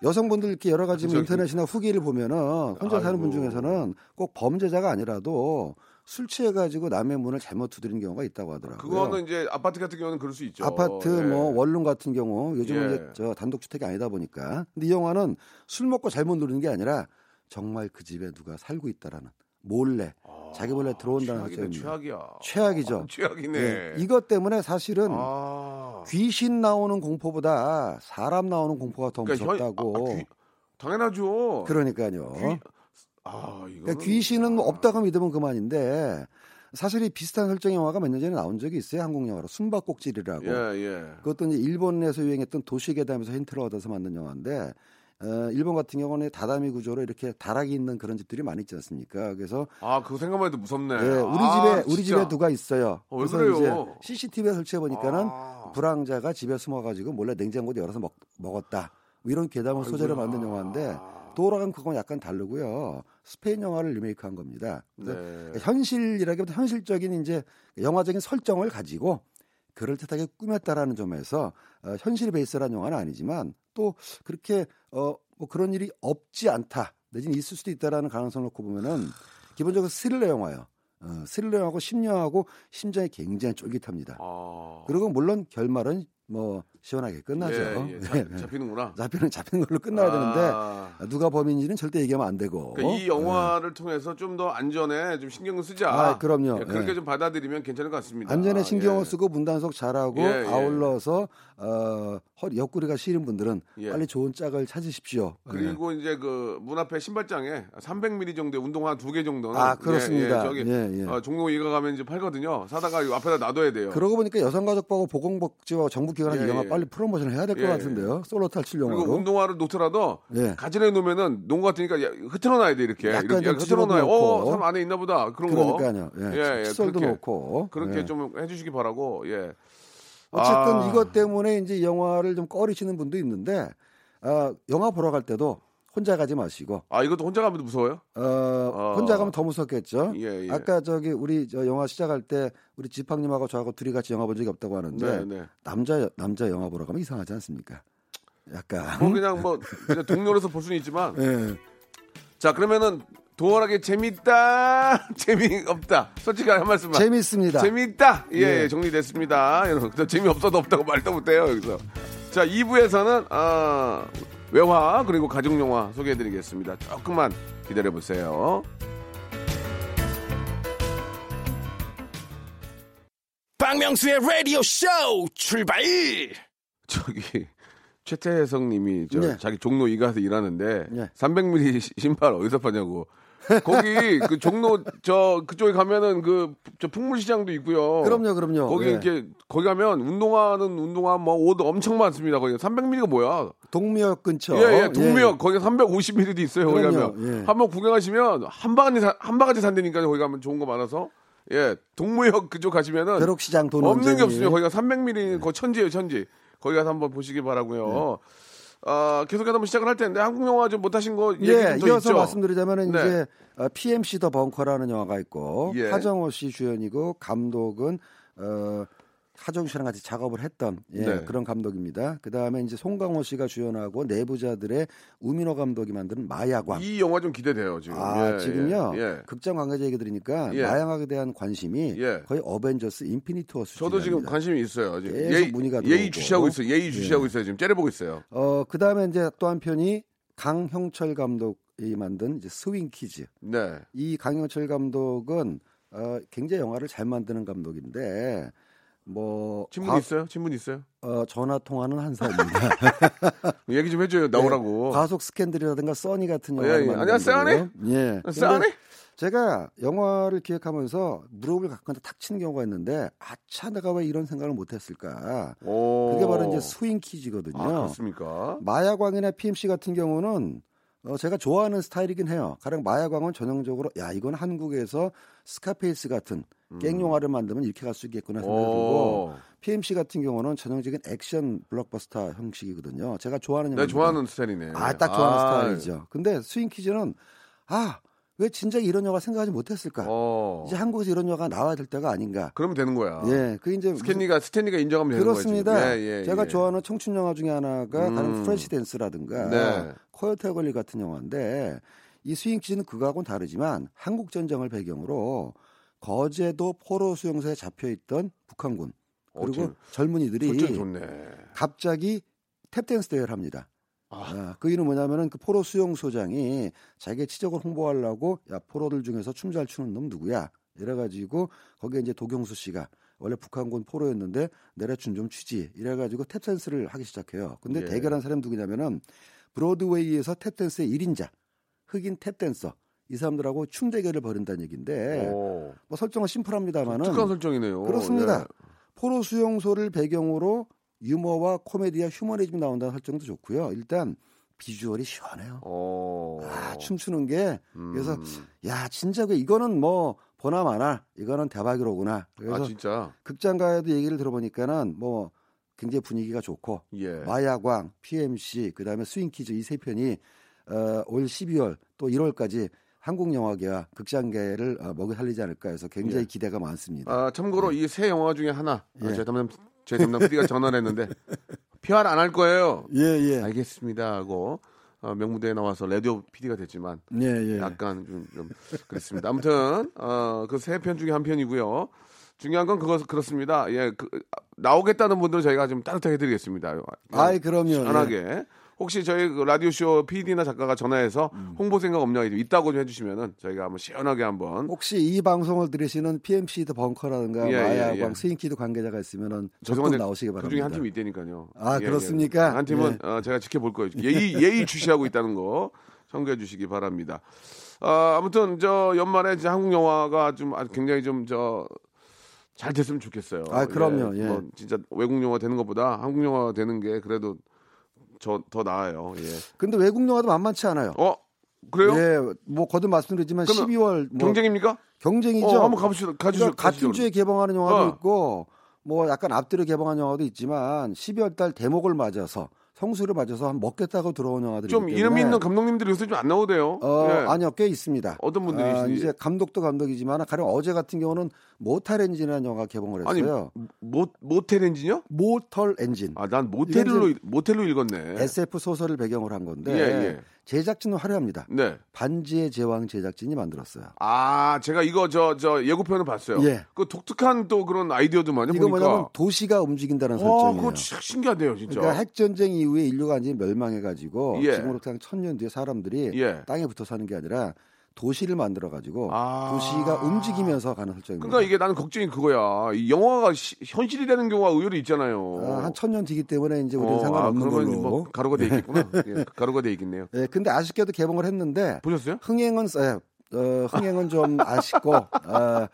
Speaker 6: 여성분들 이렇게 여러 가지
Speaker 3: 아,
Speaker 6: 뭐 인터넷이나 후기를 보면은 혼자 사는 분 중에서는 꼭 범죄자가 아니라도 술 취해가지고 남의 문을 잘못 두드리는 경우가 있다고 하더라고요.
Speaker 3: 그거는 이제 아파트 같은 경우는 그럴 수 있죠.
Speaker 6: 아파트
Speaker 3: 예.
Speaker 6: 뭐 원룸 같은 경우 요즘은
Speaker 3: 예.
Speaker 6: 이제 저 단독주택이 아니다 보니까 근데 이 영화는 술 먹고 잘못 누르는 게 아니라 정말 그 집에 누가 살고 있다라는 몰래
Speaker 3: 아,
Speaker 6: 자기 몰래 들어온다는
Speaker 3: 최악이네,
Speaker 6: 설정입니다.
Speaker 3: 최악이야.
Speaker 6: 최악이죠.
Speaker 3: 최악이네.
Speaker 6: 예, 이것 때문에 사실은
Speaker 3: 아.
Speaker 6: 귀신 나오는 공포보다 사람 나오는 공포가 더
Speaker 3: 그러니까 현-
Speaker 6: 무섭다고.
Speaker 3: 아, 귀- 당연하죠.
Speaker 6: 그러니까요.
Speaker 3: 귀- 아, 이거.
Speaker 6: 그러니까 귀신은 뭐 없다고 믿으면 그만인데 사실 이 비슷한 설정 영화가 몇 년 전에 나온 적이 있어요 한국 영화로 숨바꼭질이라고.
Speaker 3: 예, 예.
Speaker 6: 그것도 이제 일본에서 유행했던 도시계담에서 힌트를 얻어서 만든 영화인데 어, 일본 같은 경우는 다다미 구조로 이렇게 다락이 있는 그런 집들이 많이 있지 않습니까? 그래서
Speaker 3: 아, 그거 생각만 해도 무섭네.
Speaker 6: 예, 우리
Speaker 3: 아,
Speaker 6: 집에
Speaker 3: 진짜.
Speaker 6: 우리 집에 누가 있어요.
Speaker 3: 어, 왜 그래요?
Speaker 6: 이제 CCTV에 설치해 보니까는
Speaker 3: 아.
Speaker 6: 불황자가 집에 숨어가지고 몰래 냉장고도 열어서 먹, 먹었다. 뭐 이런 괴담을 소재로 만든 영화인데 돌아간 그건 약간 다르고요. 스페인 영화를 리메이크한 겁니다. 그래서
Speaker 3: 네.
Speaker 6: 그러니까 현실이라기보다 현실적인 이제 영화적인 설정을 가지고 그럴듯하게 꾸몄다라는 점에서 어, 현실 베이스라는 영화는 아니지만 또 그렇게 어, 뭐 그런 일이 없지 않다 내지는 있을 수도 있다라는 가능성을 놓고 보면은 기본적으로 스릴러 영화예요. 어, 스릴러 영화고 심려하고 심장이 굉장히 쫄깃합니다.
Speaker 3: 아.
Speaker 6: 그리고 물론 결말은 뭐 시원하게 끝나죠.
Speaker 3: 예, 예.
Speaker 6: 예,
Speaker 3: 잡,
Speaker 6: 예.
Speaker 3: 잡히는구나.
Speaker 6: 잡히는 잡히는 걸로 끝나야
Speaker 3: 아.
Speaker 6: 되는데 누가 범인인지는 절대 얘기하면 안 되고.
Speaker 3: 그러니까 이 영화를 통해서 좀 더 안전에 좀 신경을 쓰자.
Speaker 6: 네. 아, 그럼요.
Speaker 3: 예, 그렇게
Speaker 6: 예.
Speaker 3: 좀 받아들이면 괜찮을 것 같습니다.
Speaker 6: 안전에 신경을
Speaker 3: 예.
Speaker 6: 쓰고 문단속 잘하고
Speaker 3: 예, 예.
Speaker 6: 아울러서 어, 허리 옆구리가 시린 분들은
Speaker 3: 예.
Speaker 6: 빨리 좋은 짝을 찾으십시오.
Speaker 3: 그리고 이제 그 문 앞에 신발장에 300ml 정도의 운동 한 두 개 정도는
Speaker 6: 아,
Speaker 3: 예,
Speaker 6: 그렇습니다.
Speaker 3: 예, 저기
Speaker 6: 예, 예.
Speaker 3: 어, 종로 이가 가면 이제 팔거든요. 사다가 이거 앞에다 놔둬야 돼요.
Speaker 6: 예. 그러고 보니까 여성가족부하고 보건복지와 정부기관한테
Speaker 3: 예,
Speaker 6: 이 영화
Speaker 3: 예.
Speaker 6: 빨리 프로모션을 해야 될 것
Speaker 3: 예, 예.
Speaker 6: 같은데요. 솔로 탈출
Speaker 3: 그리고
Speaker 6: 영화로.
Speaker 3: 운동화를 놓더라도
Speaker 6: 예.
Speaker 3: 가지런히 놓으면은 농구 같으니까 야, 흐트러놔야 돼 이렇게.
Speaker 6: 약간
Speaker 3: 이렇게
Speaker 6: 좀
Speaker 3: 흐트러놔야.
Speaker 6: 뒤집어놓고.
Speaker 3: 어, 사람 안에 있나 보다. 그런
Speaker 6: 그러니까요.
Speaker 3: 거.
Speaker 6: 예. 칫솔도
Speaker 3: 그렇게,
Speaker 6: 놓고.
Speaker 3: 그렇게
Speaker 6: 예.
Speaker 3: 좀 해주시기 바라고. 예.
Speaker 6: 어쨌든
Speaker 3: 아.
Speaker 6: 이것 때문에 이제 이 영화를 좀 꺼리시는 분도 있는데 아, 영화 보러 갈 때도 혼자 가지 마시고
Speaker 3: 아 이것도 혼자 가면 무서워요?
Speaker 6: 어, 혼자 가면 더 무섭겠죠.
Speaker 3: 예, 예.
Speaker 6: 아까 저기 우리 저 영화 시작할 때 우리 지팡님하고 저하고 둘이 같이 영화 본 적이 없다고 하는데
Speaker 3: 네, 네.
Speaker 6: 남자 남자 영화 보러 가면 이상하지 않습니까? 약간
Speaker 3: 뭐 그냥 뭐 그냥 동료로서 볼 수는 있지만
Speaker 6: 예.
Speaker 3: 자 그러면은 도어하게 재밌다 재미없다 솔직하게 한 말씀만
Speaker 6: 재밌습니다.
Speaker 3: 재밌다 예, 예, 정리됐습니다 여러분 또 재미없어도 없다고 말도 못해요 여기서 자 2부에서는 아 외화 그리고 가족영화 소개해드리겠습니다 조금만 기다려보세요
Speaker 5: 박명수의 라디오 쇼 출발!
Speaker 3: 저기 최태성 님이 저
Speaker 6: 네.
Speaker 3: 자기 종로 이가서 일하는데
Speaker 6: 네.
Speaker 3: 300mm 시- 신발 어디서 파냐고. 거기 그 종로 저 그쪽에 가면은 그 저 풍물시장도 있고요.
Speaker 6: 그럼요, 그럼요.
Speaker 3: 거기
Speaker 6: 예.
Speaker 3: 이렇게 거기 가면 운동화는 운동화 뭐옷 엄청 많습니다. 거기 300mm가
Speaker 6: 어?
Speaker 3: 뭐야?
Speaker 6: 동묘역 근처.
Speaker 3: 예, 예. 동묘 거기 350mm도 있어요. 거기
Speaker 6: 그럼요,
Speaker 3: 가면
Speaker 6: 예.
Speaker 3: 한번 구경하시면 한 바가지 사- 한 바가지 산다니까요. 거기 가면 좋은 거 많아서 예, 동무역 그쪽 가시면은
Speaker 6: 벼룩시장 예. 돈 네.
Speaker 3: 없는 게
Speaker 6: 언제니?
Speaker 3: 없습니다. 거기가 300ml 거 천지예요, 천지. 거기 가서 한번 보시기 바라고요.
Speaker 6: 네.
Speaker 3: 아, 계속해서 한번 시작을 할 텐데 한국 영화 좀 못하신 거 얘기
Speaker 6: 예,
Speaker 3: 좀더
Speaker 6: 이어서
Speaker 3: 있죠.
Speaker 6: 말씀드리자면
Speaker 3: 네.
Speaker 6: 이제 어, PMC 더 벙커라는 영화가 있고
Speaker 3: 예.
Speaker 6: 하정우 씨 주연이고 감독은 어, 하정우 씨랑 같이 작업을 했던 예,
Speaker 3: 네.
Speaker 6: 그런 감독입니다. 그 다음에 이제 송강호 씨가 주연하고 내부자들의 우민호 감독이 만든 마야광.
Speaker 3: 이 영화 좀 기대돼요 지금.
Speaker 6: 아
Speaker 3: 예,
Speaker 6: 지금요 그
Speaker 3: 예, 예.
Speaker 6: 극장 관계자 얘기 들으니까
Speaker 3: 예.
Speaker 6: 마양학에 대한 관심이
Speaker 3: 예.
Speaker 6: 거의 어벤져스 인피니티 워스
Speaker 3: 저도 지금
Speaker 6: 수준입니다.
Speaker 3: 관심이 있어요. 지금
Speaker 6: 계속
Speaker 3: 예의,
Speaker 6: 문의가
Speaker 3: 예의
Speaker 6: 들어오고.
Speaker 3: 주시하고 있어요. 예의 주시하고 있어요. 지금 째려보고 있어요.
Speaker 6: 어 그다음에 이제 또 한편이 강형철 감독이 만든 이제 스윙 키즈
Speaker 3: 네.
Speaker 6: 이 강영철 감독은 어, 굉장히 영화를 잘 만드는 감독인데 뭐
Speaker 3: 친분
Speaker 6: 과-
Speaker 3: 있어요? 친분 있어요?
Speaker 6: 어, 전화 통화는 한 사람입니다.
Speaker 3: 얘기 좀 해줘요.
Speaker 6: 네.
Speaker 3: 나오라고. 네,
Speaker 6: 과속 스캔들이라든가 써니 같은
Speaker 3: 어. 예,
Speaker 6: 영화를
Speaker 3: 예. 어,
Speaker 6: 만드는
Speaker 3: 안녕하세요,
Speaker 6: 감독이에요. 예. 근데
Speaker 3: 싸네.
Speaker 6: 제가 영화를 기획하면서 무릎을 가끔 탁 치는 경우가 있는데 아차 내가 왜 이런 생각을 못했을까?
Speaker 3: 오.
Speaker 6: 그게 바로 이제 스윙 키즈거든요.
Speaker 3: 어. 아, 그렇습니까?
Speaker 6: 마야광이나 PMC 같은 경우는 어, 제가 좋아하는 스타일이긴 해요. 가령 마야광은 전형적으로 야 이건 한국에서 스카페이스 같은 깽 영화를 만들면 이렇게 갈 수 있겠구나 생각이 들고
Speaker 3: 음. 오.
Speaker 6: PMC 같은 경우는 전형적인 액션 블록버스터 형식이거든요. 제가 좋아하는
Speaker 3: 내가
Speaker 6: 영화입니다.
Speaker 3: 네, 좋아하는 스타일이네.
Speaker 6: 아, 딱 좋아하는
Speaker 3: 아,
Speaker 6: 스타일이죠. 근데 스윙 퀴즈는 아, 왜 진작 이런 영화 생각하지 못했을까?
Speaker 3: 어.
Speaker 6: 이제 한국에서 이런 영화가 나와야 될 때가 아닌가?
Speaker 3: 그러면 되는 거야.
Speaker 6: 예, 그 이제 무슨-
Speaker 3: 스탠리가 스탠리가 인정하면 되는
Speaker 6: 그렇습니다.
Speaker 3: 거야. 지금. 예, 예,
Speaker 6: 제가
Speaker 3: 예.
Speaker 6: 좋아하는 청춘 영화 중에 하나가
Speaker 3: 음.
Speaker 6: 다른 프레시 댄스라든가
Speaker 3: 네.
Speaker 6: 코요테 걸리 같은 영화인데 이 스윙 퀴즈는 그거하고는 다르지만 한국 전쟁을 배경으로 거제도 포로 수용소에 잡혀 있던 북한군
Speaker 3: 어,
Speaker 6: 그리고
Speaker 3: 저-
Speaker 6: 젊은이들이
Speaker 3: 설정 좋네.
Speaker 6: 갑자기 탭댄스 대회를 합니다. 아, 그 이유는 뭐냐면은 그 포로 수용소장이 자기의 치적을 홍보하려고 야 포로들 중에서 춤 잘 추는 놈 누구야 이래가지고 거기에 이제 도경수 씨가 원래 북한군 포로였는데 내려춘 좀 취지 이래가지고 탭댄스를 하기 시작해요. 근데
Speaker 3: 예.
Speaker 6: 대결한 사람이 누구냐면은 브로드웨이에서 탭댄스의 1인자 흑인 탭댄서 이 사람들하고 춤 대결을 벌인다는 얘기인데
Speaker 3: 오.
Speaker 6: 뭐 설정은 심플합니다만은
Speaker 3: 특한 설정이네요.
Speaker 6: 그렇습니다.
Speaker 3: 예.
Speaker 6: 포로 수용소를 배경으로 유머와 코미디와 휴머니즘이 나온다는 설정도 좋고요. 일단 비주얼이 시원해요.
Speaker 3: 어.
Speaker 6: 아, 춤추는 게
Speaker 3: 음.
Speaker 6: 그래서 야 진짜 그 이거는 뭐 보나마나 이거는 대박이로구나. 그래서
Speaker 3: 아 진짜.
Speaker 6: 극장가에도 얘기를 들어보니까는 뭐 굉장히 분위기가 좋고
Speaker 3: 예.
Speaker 6: 마야광, PMC, 그다음에 스윙키즈 이 세 편이 어, 올 12월 또 1월까지 한국 영화계와 극장계를 어, 먹여 살리지 않을까 해서 굉장히 기대가 많습니다.
Speaker 3: 예. 아 참고로 이 세 영화 중에 하나 아,
Speaker 6: 예.
Speaker 3: 제 담당 제 담당 PD가 전화를 했는데 PR 안 할 거예요.
Speaker 6: 예 예.
Speaker 3: 알겠습니다 하고 어, 명무대에 나와서 라디오 PD가 됐지만
Speaker 6: 예, 예.
Speaker 3: 약간 좀, 좀 그렇습니다. 아무튼 어, 그 세 편 중에 한 편이고요. 중요한 건 그것 그렇습니다. 예, 그, 아, 나오겠다는 분들은 저희가 좀 따뜻하게 해드리겠습니다.
Speaker 6: 아이 그럼요. 예.
Speaker 3: 편하게. 혹시 저희 그 라디오 쇼 PD나 작가가 전화해서
Speaker 6: 음.
Speaker 3: 홍보 생각 없냐 좀 있다고 좀 해주시면은 저희가 한번 시원하게 한번
Speaker 6: 예. 혹시 이 방송을 들으시는 PMC도 벙커라든가
Speaker 3: 예, 예,
Speaker 6: 마야광,
Speaker 3: 예.
Speaker 6: 스윙키드 관계자가 있으면은 적극
Speaker 3: 죄송한데
Speaker 6: 나오시기 바랍니다.
Speaker 3: 그 중에 한 팀이 있다니까요. 예,
Speaker 6: 아, 그렇습니까? 네.
Speaker 3: 한 팀은 어, 제가 지켜볼 거예요. 예의 예의 주시하고 있다는 거 참고해 주시기 바랍니다. 아, 아무튼 저 연말에 이제 한국 영화가 좀 아주 굉장히 좀 저 잘 됐으면 좋겠어요.
Speaker 6: 아, 그럼요, 예.
Speaker 3: 뭐 진짜 외국 영화 되는 것보다 한국 영화 되는 게 그래도 저 더 나아요. 예.
Speaker 6: 근데 외국 영화도 만만치 않아요.
Speaker 3: 어 그래요?
Speaker 6: 예, 뭐 거듭 말씀드리지만
Speaker 3: 그러면
Speaker 6: 12월 뭐
Speaker 3: 경쟁입니까?
Speaker 6: 경쟁이죠.
Speaker 3: 어, 한번 가보시죠. 가주시죠.
Speaker 6: 그러니까 같은
Speaker 3: 가시죠.
Speaker 6: 주에 개봉하는 영화도
Speaker 3: 어.
Speaker 6: 있고 뭐 약간 앞뒤로 개봉한 영화도 있지만 12월 달 대목을 맞아서 성수를 맞아서 한 먹겠다고 들어온 영화들이
Speaker 3: 좀 이름 있는 감독님들이 요새 좀 안 나오대요.
Speaker 6: 어,
Speaker 3: 예.
Speaker 6: 아니요, 꽤 있습니다.
Speaker 3: 어떤 분들이
Speaker 6: 아,
Speaker 3: 있으니-
Speaker 6: 이제 감독도 감독이지만 가령 어제 같은 경우는 모탈 엔진이라는 영화 개봉을
Speaker 3: 아니
Speaker 6: 했어요.
Speaker 3: 모 모텔 엔지니어?
Speaker 6: 모털 엔진.
Speaker 3: 아 난 모텔로 일- 모텔로 읽었네.
Speaker 6: SF 소설을 배경으로 한 건데
Speaker 3: 예, 예.
Speaker 6: 제작진은 화려합니다.
Speaker 3: 네.
Speaker 6: 반지의 제왕 제작진이 만들었어요.
Speaker 3: 아 제가 이거 저 저 예고편을 봤어요.
Speaker 6: 예.
Speaker 3: 그 독특한 또 그런 아이디어도 많이
Speaker 6: 이거 뭐냐면
Speaker 3: 보니까.
Speaker 6: 도시가 움직인다는
Speaker 3: 와
Speaker 6: 설정이에요.
Speaker 3: 그거 진짜 신기하네요 진짜.
Speaker 6: 그러니까 핵 전쟁 이후에 인류가 완전히 멸망해가지고
Speaker 3: 예.
Speaker 6: 지금으로부터 한 천년 뒤에 사람들이
Speaker 3: 예.
Speaker 6: 땅에 붙어 사는 게 아니라 도시를 만들어가지고
Speaker 3: 아.
Speaker 6: 도시가 움직이면서 가는 설정입니다.
Speaker 3: 그러니까 이게 나는 걱정이 그거야. 이 영화가 시- 현실이 되는 경우가 의외로 있잖아요.
Speaker 6: 아, 한 천년 뒤기 때문에 이제 우리는
Speaker 3: 어, 아,
Speaker 6: 상관없는
Speaker 3: 그러면
Speaker 6: 걸로. 네.
Speaker 3: 뭐 가루가 돼 있겠구나. 예, 가루가 돼 있겠네요.
Speaker 6: 예, 근데 아쉽게도 개봉을 했는데
Speaker 3: 보셨어요?
Speaker 6: 흥행은 예, 어, 흥행은 좀 아쉽고 어,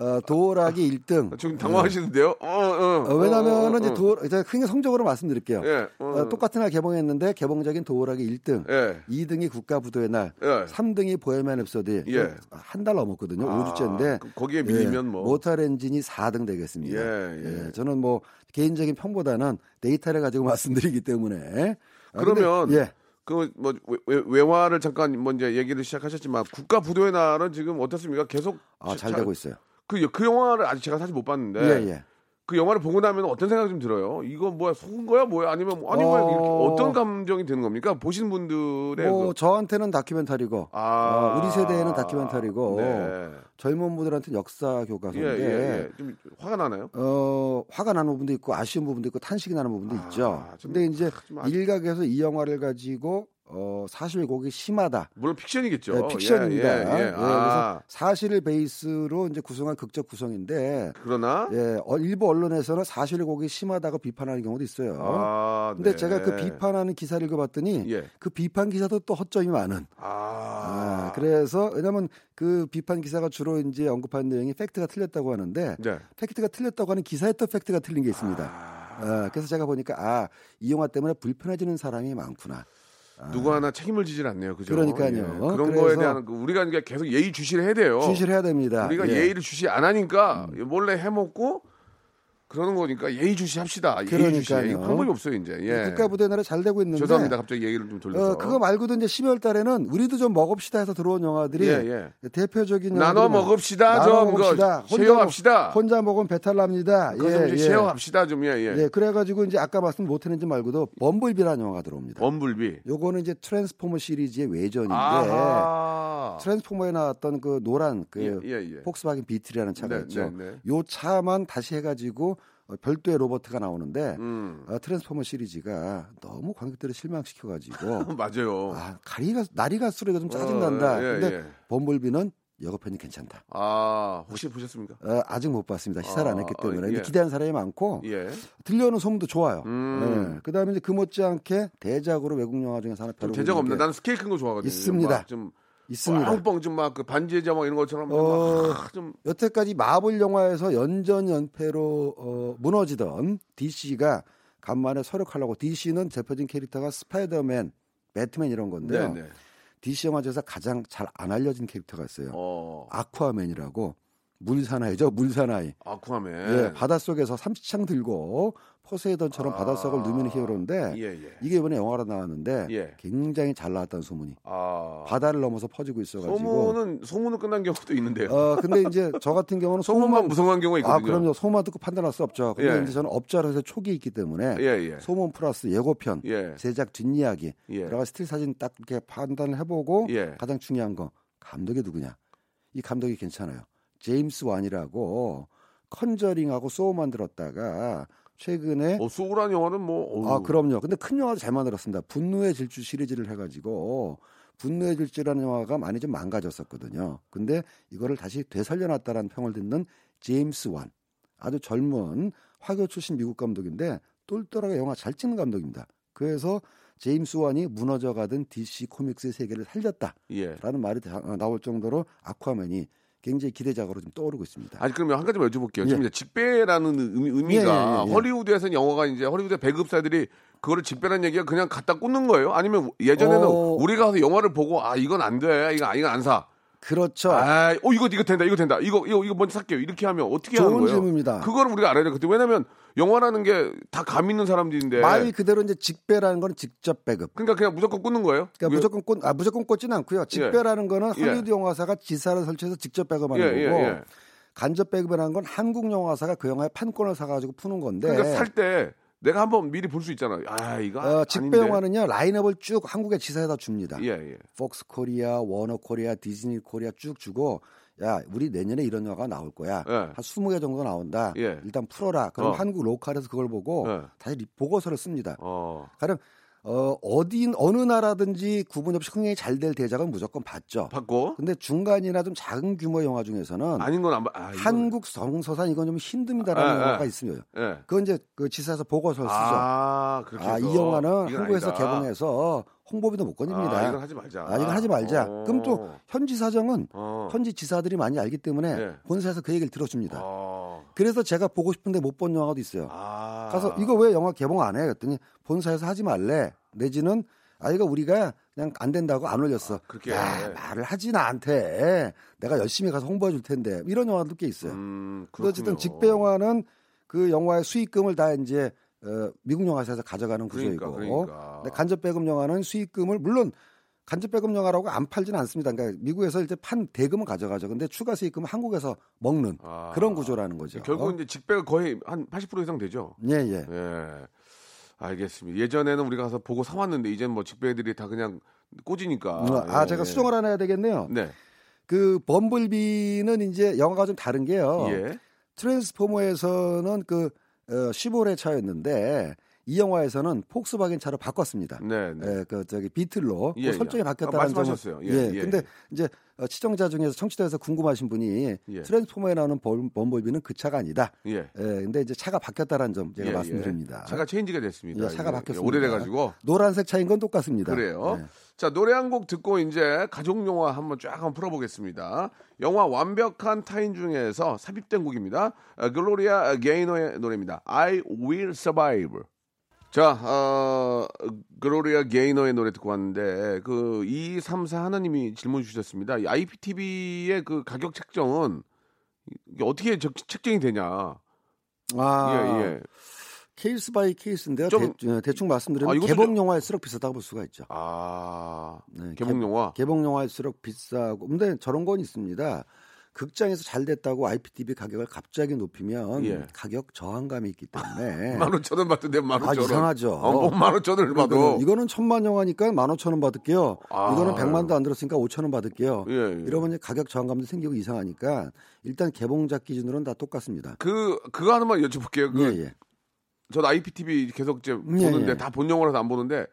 Speaker 6: 어, 도어락이 1등.
Speaker 3: 지금 당황하시는데요? 어, 어,
Speaker 6: 네. 어, 왜냐면은
Speaker 3: 어, 어,
Speaker 6: 이제
Speaker 3: 어.
Speaker 6: 도 일단 큰 성적으로 말씀드릴게요.
Speaker 3: 예, 어,
Speaker 6: 어, 똑같은 날 개봉했는데 개봉작인 도어락이 1등,
Speaker 3: 예.
Speaker 6: 2등이 국가부도의 날,
Speaker 3: 예.
Speaker 6: 3등이 보헤미안 랩소디.
Speaker 3: 예.
Speaker 6: 한 달 넘었거든요.
Speaker 3: 아,
Speaker 6: 5주째인데 예.
Speaker 3: 그- 거기에 밀리면 뭐.
Speaker 6: 모탈 엔진이 4등 되겠습니다.
Speaker 3: 예, 예.
Speaker 6: 저는 뭐 개인적인 평보다는 데이터를 가지고 말씀드리기 때문에 아,
Speaker 3: 그러면
Speaker 6: 근데- 예.
Speaker 3: 그뭐 외화를 잠깐 먼저 얘기를 시작하셨지만 국가 부도의 날은 지금 어떻습니까? 계속
Speaker 6: 아,
Speaker 3: 자-
Speaker 6: 잘
Speaker 3: 자-
Speaker 6: 되고 있어요.
Speaker 3: 그, 여- 그 영화를 아직 제가 사실 못 봤는데
Speaker 6: 예, 예.
Speaker 3: 그 영화를 보고 나면 어떤 생각이 좀 들어요? 이거 뭐야 속은 거야 뭐야 아니면 뭐- 아니 뭐야
Speaker 6: 어.
Speaker 3: 이렇게 어떤 감정이 드는 겁니까? 보신 분들의
Speaker 6: 뭐
Speaker 3: 그-
Speaker 6: 저한테는 다큐멘터리고
Speaker 3: 아.
Speaker 6: 어, 우리 세대에는 다큐멘터리고
Speaker 3: 네.
Speaker 6: 젊은 분들한테는 역사
Speaker 3: 예,
Speaker 6: 교과서인데
Speaker 3: 예, 예. 좀 화가 나나요?
Speaker 6: 어, 화가 나는 부분도 있고 아쉬운 부분도 있고 탄식이 나는 부분도
Speaker 3: 아,
Speaker 6: 있죠.
Speaker 3: 좀-
Speaker 6: 근데 이제
Speaker 3: 좀 아쉽-
Speaker 6: 일각에서 이 영화를 가지고 어, 사실 곡이 심하다.
Speaker 3: 물론 픽션이겠죠.
Speaker 6: 네, 픽션입니다.
Speaker 3: 예, 예, 예.
Speaker 6: 예,
Speaker 3: 아,
Speaker 6: 그래서 사실을 베이스로 이제 구성한 극적 구성인데
Speaker 3: 그러나
Speaker 6: 예, 어, 일부 언론에서는 사실 곡이 심하다고 비판하는 경우도 있어요.
Speaker 3: 아,
Speaker 6: 근데
Speaker 3: 네.
Speaker 6: 제가 그 비판하는 기사를 읽어봤더니
Speaker 3: 예.
Speaker 6: 그 비판 기사도 또 허점이 많은.
Speaker 3: 아,
Speaker 6: 아, 그래서 왜냐하면 그 비판 기사가 주로 이제 언급한 내용이 팩트가 틀렸다고 하는데
Speaker 3: 네. 아.
Speaker 6: 팩트가 틀렸다고 하는 기사에 또 팩트가 틀린 게 있습니다. 어, 그래서 제가 보니까 아, 이 영화 때문에 불편해지는 사람이 많구나.
Speaker 3: 누구 하나 책임을 지질 않네요. 그죠?
Speaker 6: 아.
Speaker 3: 예.
Speaker 6: 그러니까요.
Speaker 3: 그런 거에
Speaker 6: 그래서-
Speaker 3: 대한 그 우리가 이제 계속 예의 주시를 해야 돼요.
Speaker 6: 주시를 해야 됩니다.
Speaker 3: 어. 우리가
Speaker 6: 예. 음.
Speaker 3: 예. 의를 주시 안 하니까 몰래 해먹고 그러는 거니까 예의 주시합시다. 예의 주시.
Speaker 6: 그러니까요. 그
Speaker 3: 이거 방법이 없어요 이제. 예.
Speaker 6: 국가 부대 나라 잘 되고 있는데
Speaker 3: 죄송합니다. 갑자기 얘기를 좀 돌려서.
Speaker 6: 어, 그거 말고도 이제 12월 달에는 우리도 좀 먹읍시다 해서 들어온 영화들이
Speaker 3: 예,
Speaker 6: 대표적인
Speaker 3: 나눠
Speaker 6: 영화들이 많-
Speaker 3: 먹읍시다,
Speaker 6: 나눠
Speaker 3: 좀
Speaker 6: 먹읍시다.
Speaker 3: 그거
Speaker 6: 혼자
Speaker 3: 쉐어합시다.
Speaker 6: 먹- 혼자 먹으면 배탈 납니다.
Speaker 3: 그거 좀 이제 쉐어합시다 좀 예. 예.
Speaker 6: 예, 그래가지고 이제 아까 말씀 못했는지 말고도 범블비라는 영화가 들어옵니다.
Speaker 3: 원불비.
Speaker 6: 요거는 이제 트랜스포머 시리즈의 외전인데
Speaker 3: 아하.
Speaker 6: 트랜스포머에 나왔던 그 노란 그
Speaker 3: 예, 예, 예.
Speaker 6: 폭스바겐 비틀이라는 차가
Speaker 3: 네,
Speaker 6: 있죠.
Speaker 3: 네, 네.
Speaker 6: 요 차만 다시 해가지고 어, 별도의 로버트가 나오는데
Speaker 3: 음.
Speaker 6: 어, 트랜스포머 시리즈가 너무 관객들을 실망시켜가지고
Speaker 3: 맞아요.
Speaker 6: 아 가리가 나리가 쓰레기가 좀 짜증난다.
Speaker 3: 뭐. 어, 예,
Speaker 6: 근데
Speaker 3: 예.
Speaker 6: 범블비는 예고편이 괜찮다.
Speaker 3: 아 혹시 보셨습니까?
Speaker 6: 어, 아직 못 봤습니다. 시사를
Speaker 3: 아,
Speaker 6: 안 했기 때문에
Speaker 3: 예.
Speaker 6: 근데 기대한 사람이 많고
Speaker 3: 예.
Speaker 6: 들려오는 소문도 좋아요.
Speaker 3: 음.
Speaker 6: 예. 그다음에 이제 그 못지않게 대작으로 외국 영화 중에서 하나
Speaker 3: 좀
Speaker 6: 벼르고
Speaker 3: 대작 없나?
Speaker 6: 있는 게
Speaker 3: 나는 스케일 큰 거 좋아하거든요.
Speaker 6: 있습니다.
Speaker 3: 막 좀.
Speaker 6: 있습니다.
Speaker 3: 뻥 좀 막 그 반지의 제왕 이런 것처럼
Speaker 6: 어.
Speaker 3: 막좀
Speaker 6: 여태까지 마블 영화에서 연전 연패로 어, 무너지던 DC가 간만에 서력하려고 DC는 대표적인 캐릭터가 스파이더맨, 배트맨 이런 건데요.
Speaker 3: 네네.
Speaker 6: DC 영화 중에서 가장 잘 안 알려진 캐릭터가 있어요.
Speaker 3: 어.
Speaker 6: 아쿠아맨이라고 물사나이죠, 물사나이.
Speaker 3: 아쿠아맨.
Speaker 6: 예, 바닷속에서 삼시창 들고 포세이돈처럼
Speaker 3: 아.
Speaker 6: 바닷속을 누미는 히어로인데
Speaker 3: 예, 예.
Speaker 6: 이게 이번에 영화로 나왔는데
Speaker 3: 예.
Speaker 6: 굉장히 잘 나왔다는 소문이
Speaker 3: 아.
Speaker 6: 바다를 넘어서 퍼지고 있어가지고
Speaker 3: 소문은 소문은 끝난 경우도 있는데요.
Speaker 6: 어 근데 이제 저 같은 경우는
Speaker 3: 소문만
Speaker 6: 어, 소문만
Speaker 3: 무성한 경우가 있거든요.
Speaker 6: 아, 그럼요. 소문만 듣고 판단할 수 없죠. 근데
Speaker 3: 예.
Speaker 6: 이제 저는 업자로서 촉이 있기 때문에
Speaker 3: 예, 예.
Speaker 6: 소문 플러스 예고편,
Speaker 3: 예.
Speaker 6: 제작 뒷이야기,
Speaker 3: 예.
Speaker 6: 여러 가지 스틸 사진 딱 이렇게 판단을 해보고
Speaker 3: 예.
Speaker 6: 가장 중요한 거 감독이 누구냐. 이 감독이 괜찮아요. 제임스 완이라고 컨저링하고 소우 만들었다가 최근에
Speaker 3: 어, 소울한 영화는 뭐 어우,
Speaker 6: 아 그럼요. 근데 큰 영화도 잘 만들었습니다. 분노의 질주 시리즈를 해가지고 분노의 질주라는 영화가 많이 좀 망가졌었거든요. 근데 이거를 다시 되살려놨다라는 평을 듣는 제임스 완 아주 젊은 화교 출신 미국 감독인데 똘똘하게 영화 잘 찍는 감독입니다. 그래서 제임스 완이 무너져가던 DC 코믹스의 세계를 살렸다라는
Speaker 3: 예.
Speaker 6: 말이 다- 어, 나올 정도로 아쿠아맨이 굉장히 기대작으로 좀 떠오르고 있습니다.
Speaker 3: 아니 그러면 한 가지만 여쭤볼게요.
Speaker 6: 예.
Speaker 3: 지금 이제 직배라는 의미, 의미가
Speaker 6: 예, 예, 예, 예.
Speaker 3: 허리우드에서는 영화가 이제 허리우드 배급사들이 그거를 직배라는 얘기가 그냥 갖다 꽂는 거예요? 아니면 예전에는
Speaker 6: 어.
Speaker 3: 우리가 가서 영화를 보고 아 이건 안 돼, 이거 이거 안 사.
Speaker 6: 그렇죠.
Speaker 3: 아, 어 이거 이거 된다, 이거 된다, 이거 이거 이거 먼저 살게요. 이렇게 하면 어떻게
Speaker 6: 좋은
Speaker 3: 하는 거예요?
Speaker 6: 질문입니다.
Speaker 3: 그걸 우리가 알아야 돼. 그때 왜냐면 영화라는 게 다 감 있는 사람들인데.
Speaker 6: 말 그대로 이제 직배라는 건 직접 배급.
Speaker 3: 그러니까 그냥 무조건 꽂는 거예요.
Speaker 6: 그러니까 무조건 꽂, 아, 무조건 꽂진 않고요. 직배라는 거는
Speaker 3: 예.
Speaker 6: 할리우드 영화사가 지사를 설치해서 직접
Speaker 3: 예,
Speaker 6: 배급하는
Speaker 3: 예,
Speaker 6: 거고
Speaker 3: 예.
Speaker 6: 간접 배급이라는 건 한국 영화사가 그 영화의 판권을 사가지고 푸는 건데
Speaker 3: 그러니까 살 때 내가 한번 미리 볼 수 있잖아요. 아 이거
Speaker 6: 네. 어,
Speaker 3: 아,
Speaker 6: 직배
Speaker 3: 아닌데.
Speaker 6: 영화는요 라인업을 쭉 한국의 지사에다 줍니다.
Speaker 3: 예, 예.
Speaker 6: 폭스 코리아, 워너 코리아, 디즈니 코리아 쭉 주고 야 우리 내년에 이런 영화가 나올 거야
Speaker 3: 예.
Speaker 6: 한 20개 정도 나온다
Speaker 3: 예.
Speaker 6: 일단 풀어라 그럼
Speaker 3: 어.
Speaker 6: 한국 로컬에서 그걸 보고
Speaker 3: 예.
Speaker 6: 다시 리- 보고서를 씁니다
Speaker 3: 어
Speaker 6: 가령 어, 어딘 어느 나라든지 구분 없이 흥행이 잘 될 대작은 무조건 봤죠
Speaker 3: 받고
Speaker 6: 근데 중간이나 좀 작은 규모 영화 중에서는
Speaker 3: 아닌 건 안 봐. 아, 이건-
Speaker 6: 한국 성서산 이건 좀 힘듭니다라는
Speaker 3: 아, 아,
Speaker 6: 영화가
Speaker 3: 아.
Speaker 6: 있습니다.
Speaker 3: 예.
Speaker 6: 그건 이제 그 지사에서 보고서를 쓰죠.
Speaker 3: 아 그렇게
Speaker 6: 아, 이
Speaker 3: 해서
Speaker 6: 영화는
Speaker 3: 이건
Speaker 6: 한국에서
Speaker 3: 아니다.
Speaker 6: 개봉해서 홍보비도 못 건입니다.
Speaker 3: 아, 이건 하지 말자.
Speaker 6: 아, 이건 하지 말자.
Speaker 3: 어.
Speaker 6: 그럼 또 현지 사정은
Speaker 3: 어.
Speaker 6: 현지 지사들이 많이 알기 때문에
Speaker 3: 네.
Speaker 6: 본사에서 그 얘기를 들어줍니다.
Speaker 3: 어.
Speaker 6: 그래서 제가 보고 싶은데 못 본 영화도 있어요.
Speaker 3: 아.
Speaker 6: 가서 이거 왜 영화 개봉 안 해? 그랬더니 본사에서 하지 말래. 내지는 아 이거 우리가 그냥 안 된다고 안 올렸어.
Speaker 3: 아, 그렇게.
Speaker 6: 야, 말을 하지 나한테. 내가 열심히 가서 홍보해 줄 텐데. 이런 영화도 꽤 있어요.
Speaker 3: 음,
Speaker 6: 근데 어쨌든
Speaker 3: 그렇군요.
Speaker 6: 직배 영화는 그 영화의 수익금을 다 이제 어, 미국 영화사에서 가져가는 구조이고
Speaker 3: 그러니까, 그러니까.
Speaker 6: 근데 간접배금 영화는 수익금을 물론 간접배금 영화라고 안 팔지는 않습니다. 그러니까 미국에서 이제 판 대금은 가져가죠. 근데 추가 수익금은 한국에서 먹는
Speaker 3: 아.
Speaker 6: 그런 구조라는 거죠.
Speaker 3: 결국은 이제 직배가 거의 한 80% 이상 되죠.
Speaker 6: 예, 예.
Speaker 3: 예. 알겠습니다. 예전에는 우리가 가서 보고 사왔는데 이제는 뭐 직배들이 다 그냥 꽂으니까.
Speaker 6: 아,
Speaker 3: 예,
Speaker 6: 제가
Speaker 3: 예.
Speaker 6: 수정을 하나 해야 되겠네요.
Speaker 3: 네.
Speaker 6: 그 범블비는 이제 영화가 좀 다른 게요.
Speaker 3: 예.
Speaker 6: 트랜스포머에서는 그 어, 시보레 차였는데 이 영화에서는 폭스바겐 차로 바꿨습니다.
Speaker 3: 네. 네.
Speaker 6: 예, 그 저기 비틀로
Speaker 3: 예,
Speaker 6: 그 설정이
Speaker 3: 예.
Speaker 6: 바뀌었다는
Speaker 3: 아, 말씀하셨어요.
Speaker 6: 점은-
Speaker 3: 예,
Speaker 6: 예,
Speaker 3: 예.
Speaker 6: 근데 이제 어, 시청자 중에서 청취자에서 궁금하신 분이
Speaker 3: 예.
Speaker 6: 트랜스포머에 나오는 범, 범블비는 그 차가 아니다.
Speaker 3: 예.
Speaker 6: 예, 근데 이제 차가 바뀌었다는 점 제가
Speaker 3: 예,
Speaker 6: 말씀드립니다.
Speaker 3: 예. 차가 체인지가 됐습니다.
Speaker 6: 예, 차가
Speaker 3: 이게
Speaker 6: 바뀌었습니다.
Speaker 3: 오래돼가지고.
Speaker 6: 노란색 차인 건 똑같습니다.
Speaker 3: 그래요.
Speaker 6: 예.
Speaker 3: 자 노래 한 곡 듣고 이제 가족 영화 한번 쫙 한번 풀어보겠습니다. 영화 완벽한 타인 중에서 삽입된 곡입니다. 어, 글로리아 게이너의 노래입니다. I Will Survive. 자, 어, 글로리아 게이너의 노래 듣고 왔는데 그 234 하나님이 질문 주셨습니다. 이 IPTV의 그 가격 책정은 이게 어떻게 적- 책정이 되냐?
Speaker 6: 아,
Speaker 3: 예, 예.
Speaker 6: 케이스 바이 케이스인데요.
Speaker 3: 좀-
Speaker 6: 대, 예, 대충
Speaker 3: 아,
Speaker 6: 말씀드리면
Speaker 3: 이것도
Speaker 6: 개봉
Speaker 3: 좀-
Speaker 6: 영화일수록 비싸다고 볼 수가 있죠.
Speaker 3: 아,
Speaker 6: 네,
Speaker 3: 개봉
Speaker 6: 개-
Speaker 3: 영화.
Speaker 6: 개봉 영화일수록 비싸고 근데 저런 건 있습니다. 극장에서 잘 됐다고 IPTV 가격을 갑자기 높이면
Speaker 3: 예.
Speaker 6: 가격 저항감이 있기 때문에
Speaker 3: 15,000원 받던데 15,000원.
Speaker 6: 아, 이상하죠.
Speaker 3: 어, 15,000원을
Speaker 6: 그러니까
Speaker 3: 봐도.
Speaker 6: 이거는 천만 영화니까 만 오천 원 받을게요.
Speaker 3: 아.
Speaker 6: 이거는 백만도 안 들었으니까 오천 원 받을게요.
Speaker 3: 예, 예.
Speaker 6: 이러면 이제 가격 저항감도 생기고 이상하니까 일단 개봉작 기준으로는 다 똑같습니다.
Speaker 3: 그 그거 하나만 여쭤볼게요. 그
Speaker 6: 예, 예.
Speaker 3: 저도 IPTV 계속 이제
Speaker 6: 예,
Speaker 3: 보는데
Speaker 6: 예.
Speaker 3: 다 본 영화라서 안 보는데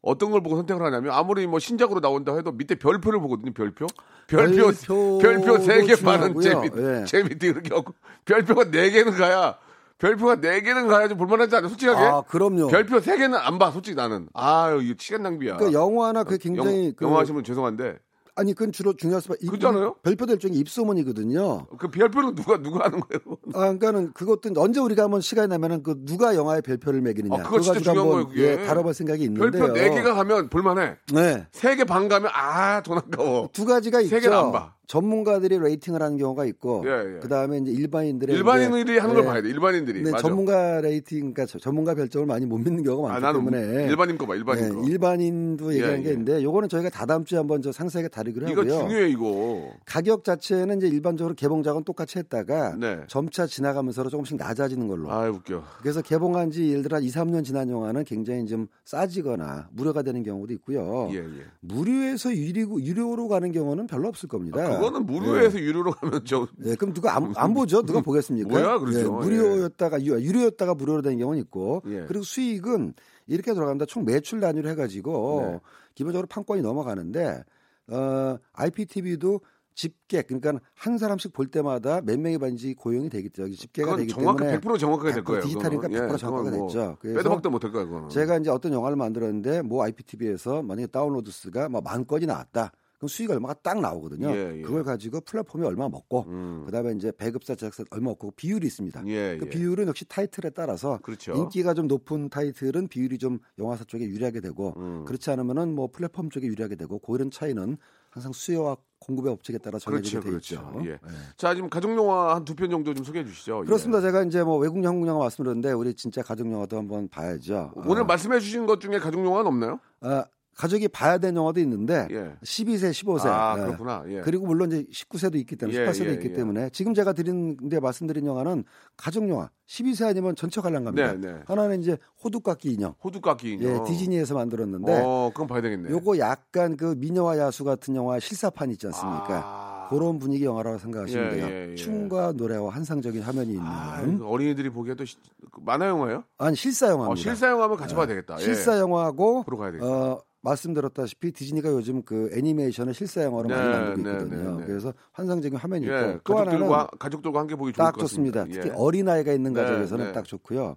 Speaker 3: 어떤 걸 보고 선택을 하냐면 아무리 뭐 신작으로 나온다 해도 밑에 별표를 보거든요. 별표. 별표
Speaker 6: 별표도
Speaker 3: 별표 세 개 반은 재미
Speaker 6: 중요하고요. 예.
Speaker 3: 재미도 이렇게 없고 별표가 네 개는 가야 별표가 네 개는 가야 좀 볼만하지 않아 솔직하게.
Speaker 6: 아, 그럼요.
Speaker 3: 별표 세 개는 안 봐. 솔직히 나는. 아, 이거 시간 낭비야.
Speaker 6: 그 영화나 그
Speaker 3: 아, 영-
Speaker 6: 굉장히 그
Speaker 3: 영화 하시면 죄송한데
Speaker 6: 아니 그건 주로 중요할 수밖에
Speaker 3: 그렇잖아요.
Speaker 6: 별표될 중에 입소문이거든요.
Speaker 3: 그 별표를 누가 누가 하는 거예요?
Speaker 6: 아, 그러니까는 그것도 언제 우리가 한번 시간이 나면은 그 누가 영화의 별표를 매기느냐.
Speaker 3: 아, 그거 진짜
Speaker 6: 가지고
Speaker 3: 중요한
Speaker 6: 한번,
Speaker 3: 거예요, 그게.
Speaker 6: 예, 다뤄볼 생각이 있는데요.
Speaker 3: 별표 네 개가 가면 볼만해.
Speaker 6: 네.
Speaker 3: 세 개 반 가면 아, 돈 아까워.
Speaker 6: 두 가지가
Speaker 3: 세 개는 안
Speaker 6: 있죠.
Speaker 3: 봐.
Speaker 6: 전문가들이 레이팅을 하는 경우가 있고,
Speaker 3: 예, 예.
Speaker 6: 그 다음에 이제 일반인들의
Speaker 3: 일반인들이
Speaker 6: 이제,
Speaker 3: 하는 걸
Speaker 6: 예,
Speaker 3: 봐야 돼. 일반인들이.
Speaker 6: 네,
Speaker 3: 맞아.
Speaker 6: 전문가 레이팅, 그러니까 전문가 별점을 많이 못 믿는 경우가
Speaker 3: 아,
Speaker 6: 많기
Speaker 3: 나는
Speaker 6: 때문에
Speaker 3: 일반인 거 봐. 일반인 거.
Speaker 6: 네, 일반인도 얘기한
Speaker 3: 예,
Speaker 6: 게
Speaker 3: 예.
Speaker 6: 있는데, 요거는 저희가 다 다음 주에 한번 저 상세하게 다루기로
Speaker 3: 이거
Speaker 6: 하고요.
Speaker 3: 중요해 이거.
Speaker 6: 가격 자체는 이제 일반적으로 개봉작은 똑같이 했다가
Speaker 3: 네.
Speaker 6: 점차 지나가면서 조금씩 낮아지는 걸로.
Speaker 3: 아 웃겨.
Speaker 6: 그래서 개봉한 지 예를 들어 한 2, 3년 지난 영화는 굉장히 좀 싸지거나 무료가 되는 경우도 있고요.
Speaker 3: 예 예.
Speaker 6: 무료에서 유리고 유료로 가는 경우는 별로 없을 겁니다.
Speaker 3: 아, 그거는
Speaker 6: 네.
Speaker 3: 무료에서 유료로 가면 저.
Speaker 6: 예, 그럼 누가 안, 안 보죠? 누가 보겠습니까?
Speaker 3: 뭐야, 그러죠.
Speaker 6: 예, 무료였다가 유- 유료였다가 무료로 된 경우는 있고,
Speaker 3: 예.
Speaker 6: 그리고 수익은 이렇게 돌아갑니다. 총 매출 단위로 해가지고
Speaker 3: 네.
Speaker 6: 기본적으로 판권이 넘어가는데 어, IPTV도 집객 그러니까 한 사람씩 볼 때마다 몇 명이 봤는지 고용이 되기 때문에 집계가
Speaker 3: 그건
Speaker 6: 되기
Speaker 3: 정확히
Speaker 6: 때문에
Speaker 3: 100% 정확하게 될 거예요.
Speaker 6: 디지털이니까
Speaker 3: 그거는.
Speaker 6: 100% 정확하게
Speaker 3: 그건 뭐
Speaker 6: 됐죠. 그래서
Speaker 3: 빼도 박도 못할 거야 그거는.
Speaker 6: 제가 이제 어떤 영화를 만들었는데 뭐 IPTV에서 만약에 다운로드 수가 뭐만 건이 나왔다. 그럼 수익 얼마가 딱 나오거든요.
Speaker 3: 예, 예.
Speaker 6: 그걸 가지고 플랫폼이 얼마 먹고 그다음에 이제 배급사 제작사 얼마 먹고 비율이 있습니다.
Speaker 3: 예,
Speaker 6: 그
Speaker 3: 예.
Speaker 6: 비율은 역시 타이틀에 따라서
Speaker 3: 그렇죠.
Speaker 6: 인기가 좀 높은 타이틀은 비율이 좀 영화사 쪽에 유리하게 되고
Speaker 3: 음.
Speaker 6: 그렇지 않으면은 뭐 플랫폼 쪽에 유리하게 되고 그런 차이는 항상 수요와 공급의 업체에 따라 정해지게
Speaker 3: 그렇죠
Speaker 6: 되어
Speaker 3: 그렇죠.
Speaker 6: 있죠. 네.
Speaker 3: 예. 자 지금 가족 영화 한 두 편 정도 좀 소개해 주시죠. 예.
Speaker 6: 그렇습니다. 제가 이제 뭐 외국 영화, 한국 영화 말씀드렸는데 우리 진짜 가족 영화도 한번 봐야죠.
Speaker 3: 오늘
Speaker 6: 아.
Speaker 3: 말씀해 주신 것 중에 가족 영화는 없나요?
Speaker 6: 아, 가족이 봐야 되는 영화도 있는데
Speaker 3: 예.
Speaker 6: 12세, 15세.
Speaker 3: 아
Speaker 6: 예.
Speaker 3: 그렇구나. 예.
Speaker 6: 그리고 물론 이제 19세도 있기 때문에
Speaker 3: 예,
Speaker 6: 18세도
Speaker 3: 예,
Speaker 6: 있기
Speaker 3: 예.
Speaker 6: 때문에 지금 제가 드린 데 말씀드린 영화는 가족 영화 12세 아니면 전체 관람갑니다.
Speaker 3: 네, 네.
Speaker 6: 하나는 이제 호두깎이 인형.
Speaker 3: 호두까기.
Speaker 6: 예,
Speaker 3: 인형.
Speaker 6: 디즈니에서 만들었는데
Speaker 3: 어 그건 봐야 되겠네.
Speaker 6: 요거 약간 그 미녀와 야수 같은 영화 실사판 있지 않습니까?
Speaker 3: 아.
Speaker 6: 그런 분위기 영화라고 생각하시면
Speaker 3: 예,
Speaker 6: 돼요.
Speaker 3: 예, 예.
Speaker 6: 춤과 노래와 환상적인 화면이 있는
Speaker 3: 아,
Speaker 6: 아,
Speaker 3: 이거 어린이들이 보기에 또 시- 그 만화 영화예요?
Speaker 6: 니 실사
Speaker 3: 어,
Speaker 6: 영화입니다.
Speaker 3: 실사 영화 하면 같이 봐야 되겠다. 예.
Speaker 6: 실사 영화하고
Speaker 3: 보러 가야 되겠다.
Speaker 6: 어, 말씀드렸다시피 디지니가 요즘 그 애니메이션을 실사 영화로
Speaker 3: 네,
Speaker 6: 많이 만들고
Speaker 3: 네,
Speaker 6: 있거든요.
Speaker 3: 네, 네.
Speaker 6: 그래서 환상적인 화면이 있고
Speaker 3: 예,
Speaker 6: 또 하나는
Speaker 3: 가족들과 가족들과 함께 보기 좋을
Speaker 6: 딱
Speaker 3: 것 같습니다.
Speaker 6: 좋습니다.
Speaker 3: 예.
Speaker 6: 특히 어린 아이가 있는
Speaker 3: 네,
Speaker 6: 가정에서는
Speaker 3: 네.
Speaker 6: 딱 좋고요.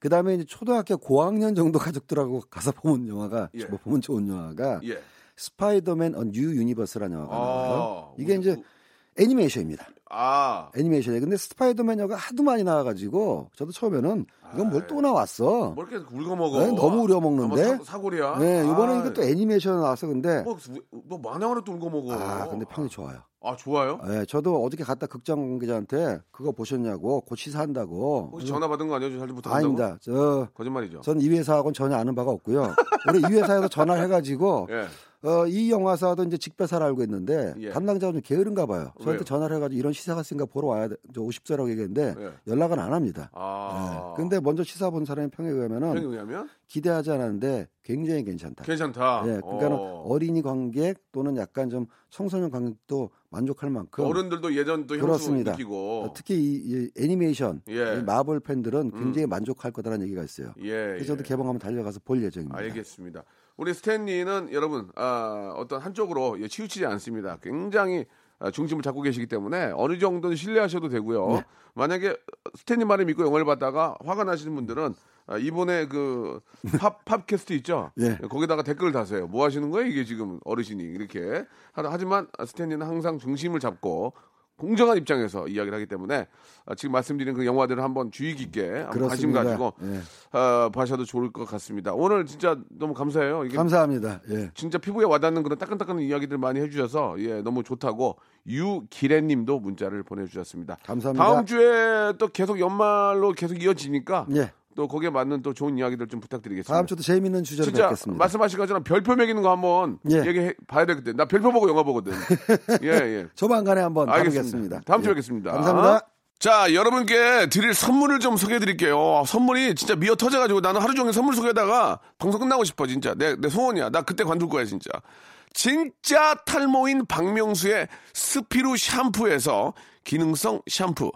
Speaker 6: 그 다음에 이제 초등학교 고학년 정도 가족들하고 가서 보는 영화가
Speaker 3: 예.
Speaker 6: 뭐 보면 좋은 영화가
Speaker 3: 예.
Speaker 6: 스파이더맨 언 뉴 유니버스라는 영화가
Speaker 3: 아,
Speaker 6: 나와요. 이게
Speaker 3: 우리
Speaker 6: 이제
Speaker 3: 그-
Speaker 6: 애니메이션입니다.
Speaker 3: 아.
Speaker 6: 애니메이션이 근데 스파이더맨 영화가 하도 많이 나와가지고 저도 처음에는 이건
Speaker 3: 아,
Speaker 6: 뭘
Speaker 3: 예.
Speaker 6: 또 나왔어?
Speaker 3: 뭘뭐 이렇게 울거먹어.
Speaker 6: 네, 너무 우려먹는데?
Speaker 3: 아마 사- 사골이야.
Speaker 6: 네 이번에
Speaker 3: 아,
Speaker 6: 이것도 애니메이션 나왔어 근데
Speaker 3: 뭐, 뭐 만화로 또 울거먹어.
Speaker 6: 아 근데 평이 좋아요.
Speaker 3: 아, 좋아요?
Speaker 6: 예, 저도 어저께 갔다 극장 관계자한테 그거 보셨냐고 곧 시사한다고.
Speaker 3: 혹시 전화 받은 거 아니에요? 잘 부탁한다고?
Speaker 6: 아닙니다. 저
Speaker 3: 거짓말이죠.
Speaker 6: 저는 이 회사하고는 전혀 아는 바가 없고요. 우리 이 회사에서 전화를 해가지고
Speaker 3: 예.
Speaker 6: 어, 이 영화사도 이제 직배사를 알고 있는데
Speaker 3: 예.
Speaker 6: 담당자가 좀 게으른가 봐요. 저한테
Speaker 3: 왜요?
Speaker 6: 전화를 해가지고 이런 시사가 있으니까 보러 와야 돼. 저 50세라고 얘기했는데
Speaker 3: 예.
Speaker 6: 연락은 안 합니다.
Speaker 3: 아.
Speaker 6: 예. 근데 먼저 시사 본 사람의 평에 의하면은
Speaker 3: 평이 왜냐면
Speaker 6: 기대하지 않았는데 굉장히 괜찮다.
Speaker 3: 괜찮다.
Speaker 6: 예, 그러니까
Speaker 3: 어.
Speaker 6: 어린이 관객 또는 약간 좀 청소년 관객도 만족할 만큼
Speaker 3: 어른들도 예전 또 향수
Speaker 6: 그렇습니다.
Speaker 3: 느끼고.
Speaker 6: 어, 특히 이, 이 애니메이션
Speaker 3: 예.
Speaker 6: 이 마블 팬들은 굉장히 만족할 거다라는 얘기가 있어요.
Speaker 3: 예.
Speaker 6: 그래서
Speaker 3: 예.
Speaker 6: 저도 개봉하면 달려가서 볼 예정입니다.
Speaker 3: 알겠습니다. 우리 스탠리는 여러분 아, 어떤 한쪽으로 예, 치우치지 않습니다. 굉장히 아, 중심을 잡고 계시기 때문에 어느 정도는 신뢰하셔도 되고요.
Speaker 6: 네.
Speaker 3: 만약에 스탠리 말을 믿고 영화를 봤다가 화가 나시는 분들은 아, 이번에 그 팝, 팝캐스트 있죠?
Speaker 6: 예.
Speaker 3: 거기다가 댓글을 다세요. 뭐 하시는 거예요? 이게 지금 어르신이 이렇게. 하- 하지만 스탠리는 항상 중심을 잡고 공정한 입장에서 이야기를 하기 때문에 아, 지금 말씀드린 그 영화들을 한번 주의 깊게 한번 관심
Speaker 6: 그렇습니다.
Speaker 3: 가지고
Speaker 6: 예.
Speaker 3: 어, 봐셔도 좋을 것 같습니다. 오늘 진짜 너무 감사해요. 이게
Speaker 6: 감사합니다. 예.
Speaker 3: 진짜 피부에 와닿는 그런 따끈따끈한 이야기들 많이 해주셔서 예 너무 좋다고 유기래님도 문자를 보내주셨습니다.
Speaker 6: 감사합니다.
Speaker 3: 다음 주에 또 계속 연말로 계속 이어지니까
Speaker 6: 예.
Speaker 3: 또 거기에 맞는 또 좋은 이야기들 좀 부탁드리겠습니다.
Speaker 6: 다음 주도 재미있는 주제로
Speaker 3: 진짜
Speaker 6: 뵙겠습니다.
Speaker 3: 말씀하신 것처럼 별표 매기는 거 한번
Speaker 6: 예.
Speaker 3: 얘기해 봐야 되겠대. 나 별표 보고 영화 보거든. 예 예.
Speaker 6: 조만간에 한번
Speaker 3: 알겠습니다.
Speaker 6: 다루겠습니다.
Speaker 3: 다음 주에
Speaker 6: 예.
Speaker 3: 뵙겠습니다.
Speaker 6: 감사합니다.
Speaker 3: 자, 여러분께 드릴 선물을 좀 소개해 드릴게요. 선물이 진짜 미어 터져가지고 나는 하루 종일 선물 소개하다가 방송 끝나고 싶어, 진짜. 내, 내 소원이야. 나 그때 관둘 거야, 진짜. 진짜 탈모인 박명수의 스피루 샴푸에서 기능성 샴푸.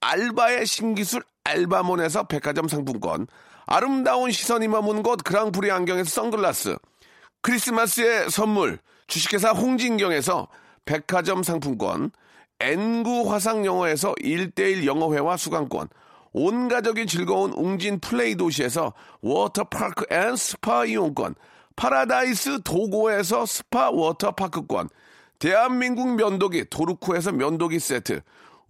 Speaker 3: 알바의 신기술 알바몬에서 백화점 상품권. 아름다운 시선이 머문 곳 그랑프리 안경에서 선글라스. 크리스마스의 선물 주식회사 홍진경에서 백화점 상품권 N구 화상영어에서 1대1 영어회화 수강권 온가족이 즐거운 웅진 플레이 도시에서 워터파크 앤 스파 이용권 파라다이스 도고에서 스파 워터파크권 대한민국 면도기 도르코에서 면도기 세트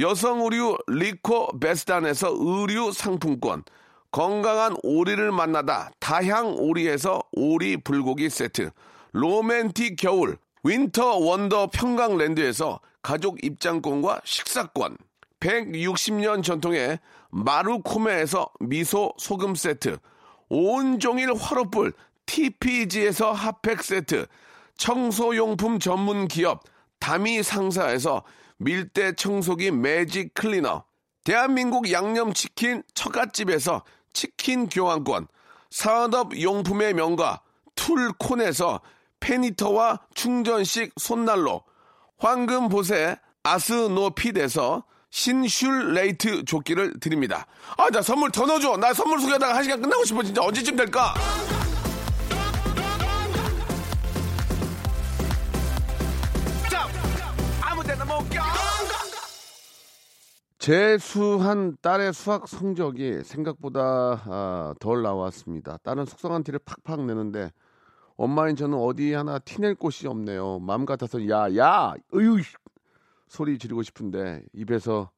Speaker 3: 여성 의류 리코 베스단에서 의류 상품권, 건강한 오리를 만나다 다향 오리에서 오리 불고기 세트, 로맨틱 겨울 윈터 원더 평강랜드에서 가족 입장권과 식사권, 160년 전통의 마루코메에서 미소 소금 세트, 온종일 화로불 TPG에서 핫팩 세트, 청소용품 전문 기업 다미 상사에서 밀대 청소기 매직 클리너, 대한민국 양념치킨 처갓집에서 치킨 교환권, 산업용품의 명가 툴콘에서 페니터와 충전식 손난로, 황금보세 아스노핏에서 신슐레이트 조끼를 드립니다. 아, 나 선물 더 넣어줘. 나 선물 소개하다가 한 시간 끝나고 싶어. 진짜 언제쯤 될까? 재수한 딸의 수학 성적이 생각보다 아, 덜 나왔습니다. 딸은 속상한 티를 팍팍 내는데 엄마인 저는 어디 하나 티낼 곳이 없네요. 마음 같아서 야야 으유 씨! 소리 지르고 싶은데 입에서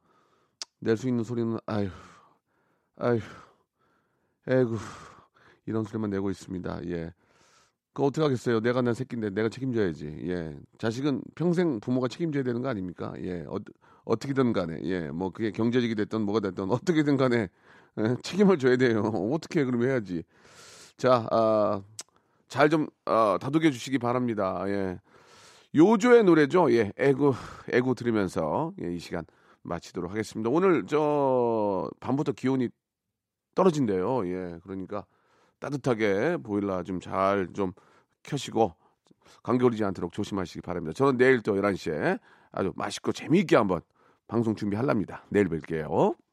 Speaker 3: 낼 수 있는 소리는 아휴 아휴 에구 이런 소리만 내고 있습니다. 예. 그 어떻게 하겠어요? 내가 난 새끼인데 내가 책임져야지. 예. 자식은 평생 부모가 책임져야 되는 거 아닙니까? 예. 어, 어떻게든 간에 예 뭐 그게 경제적이 됐든 뭐가 됐든 어떻게든 간에 예, 책임을 져야 돼요 어떻게 그러면 해야지 아, 자잘좀 어, 다독여 주시기 바랍니다 예 요조의 노래죠 예 애구 애구 들으면서 예, 이 시간 마치도록 하겠습니다 오늘 저 밤부터 기온이 떨어진대요. 예, 그러니까 따뜻하게 보일러 좀 잘 좀 켜시고 감기 걸리지 않도록 조심하시기 바랍니다. 저는 내일 또 11시에 아주 맛있고 재미있게 한번 방송 준비하랍니다. 내일 뵐게요.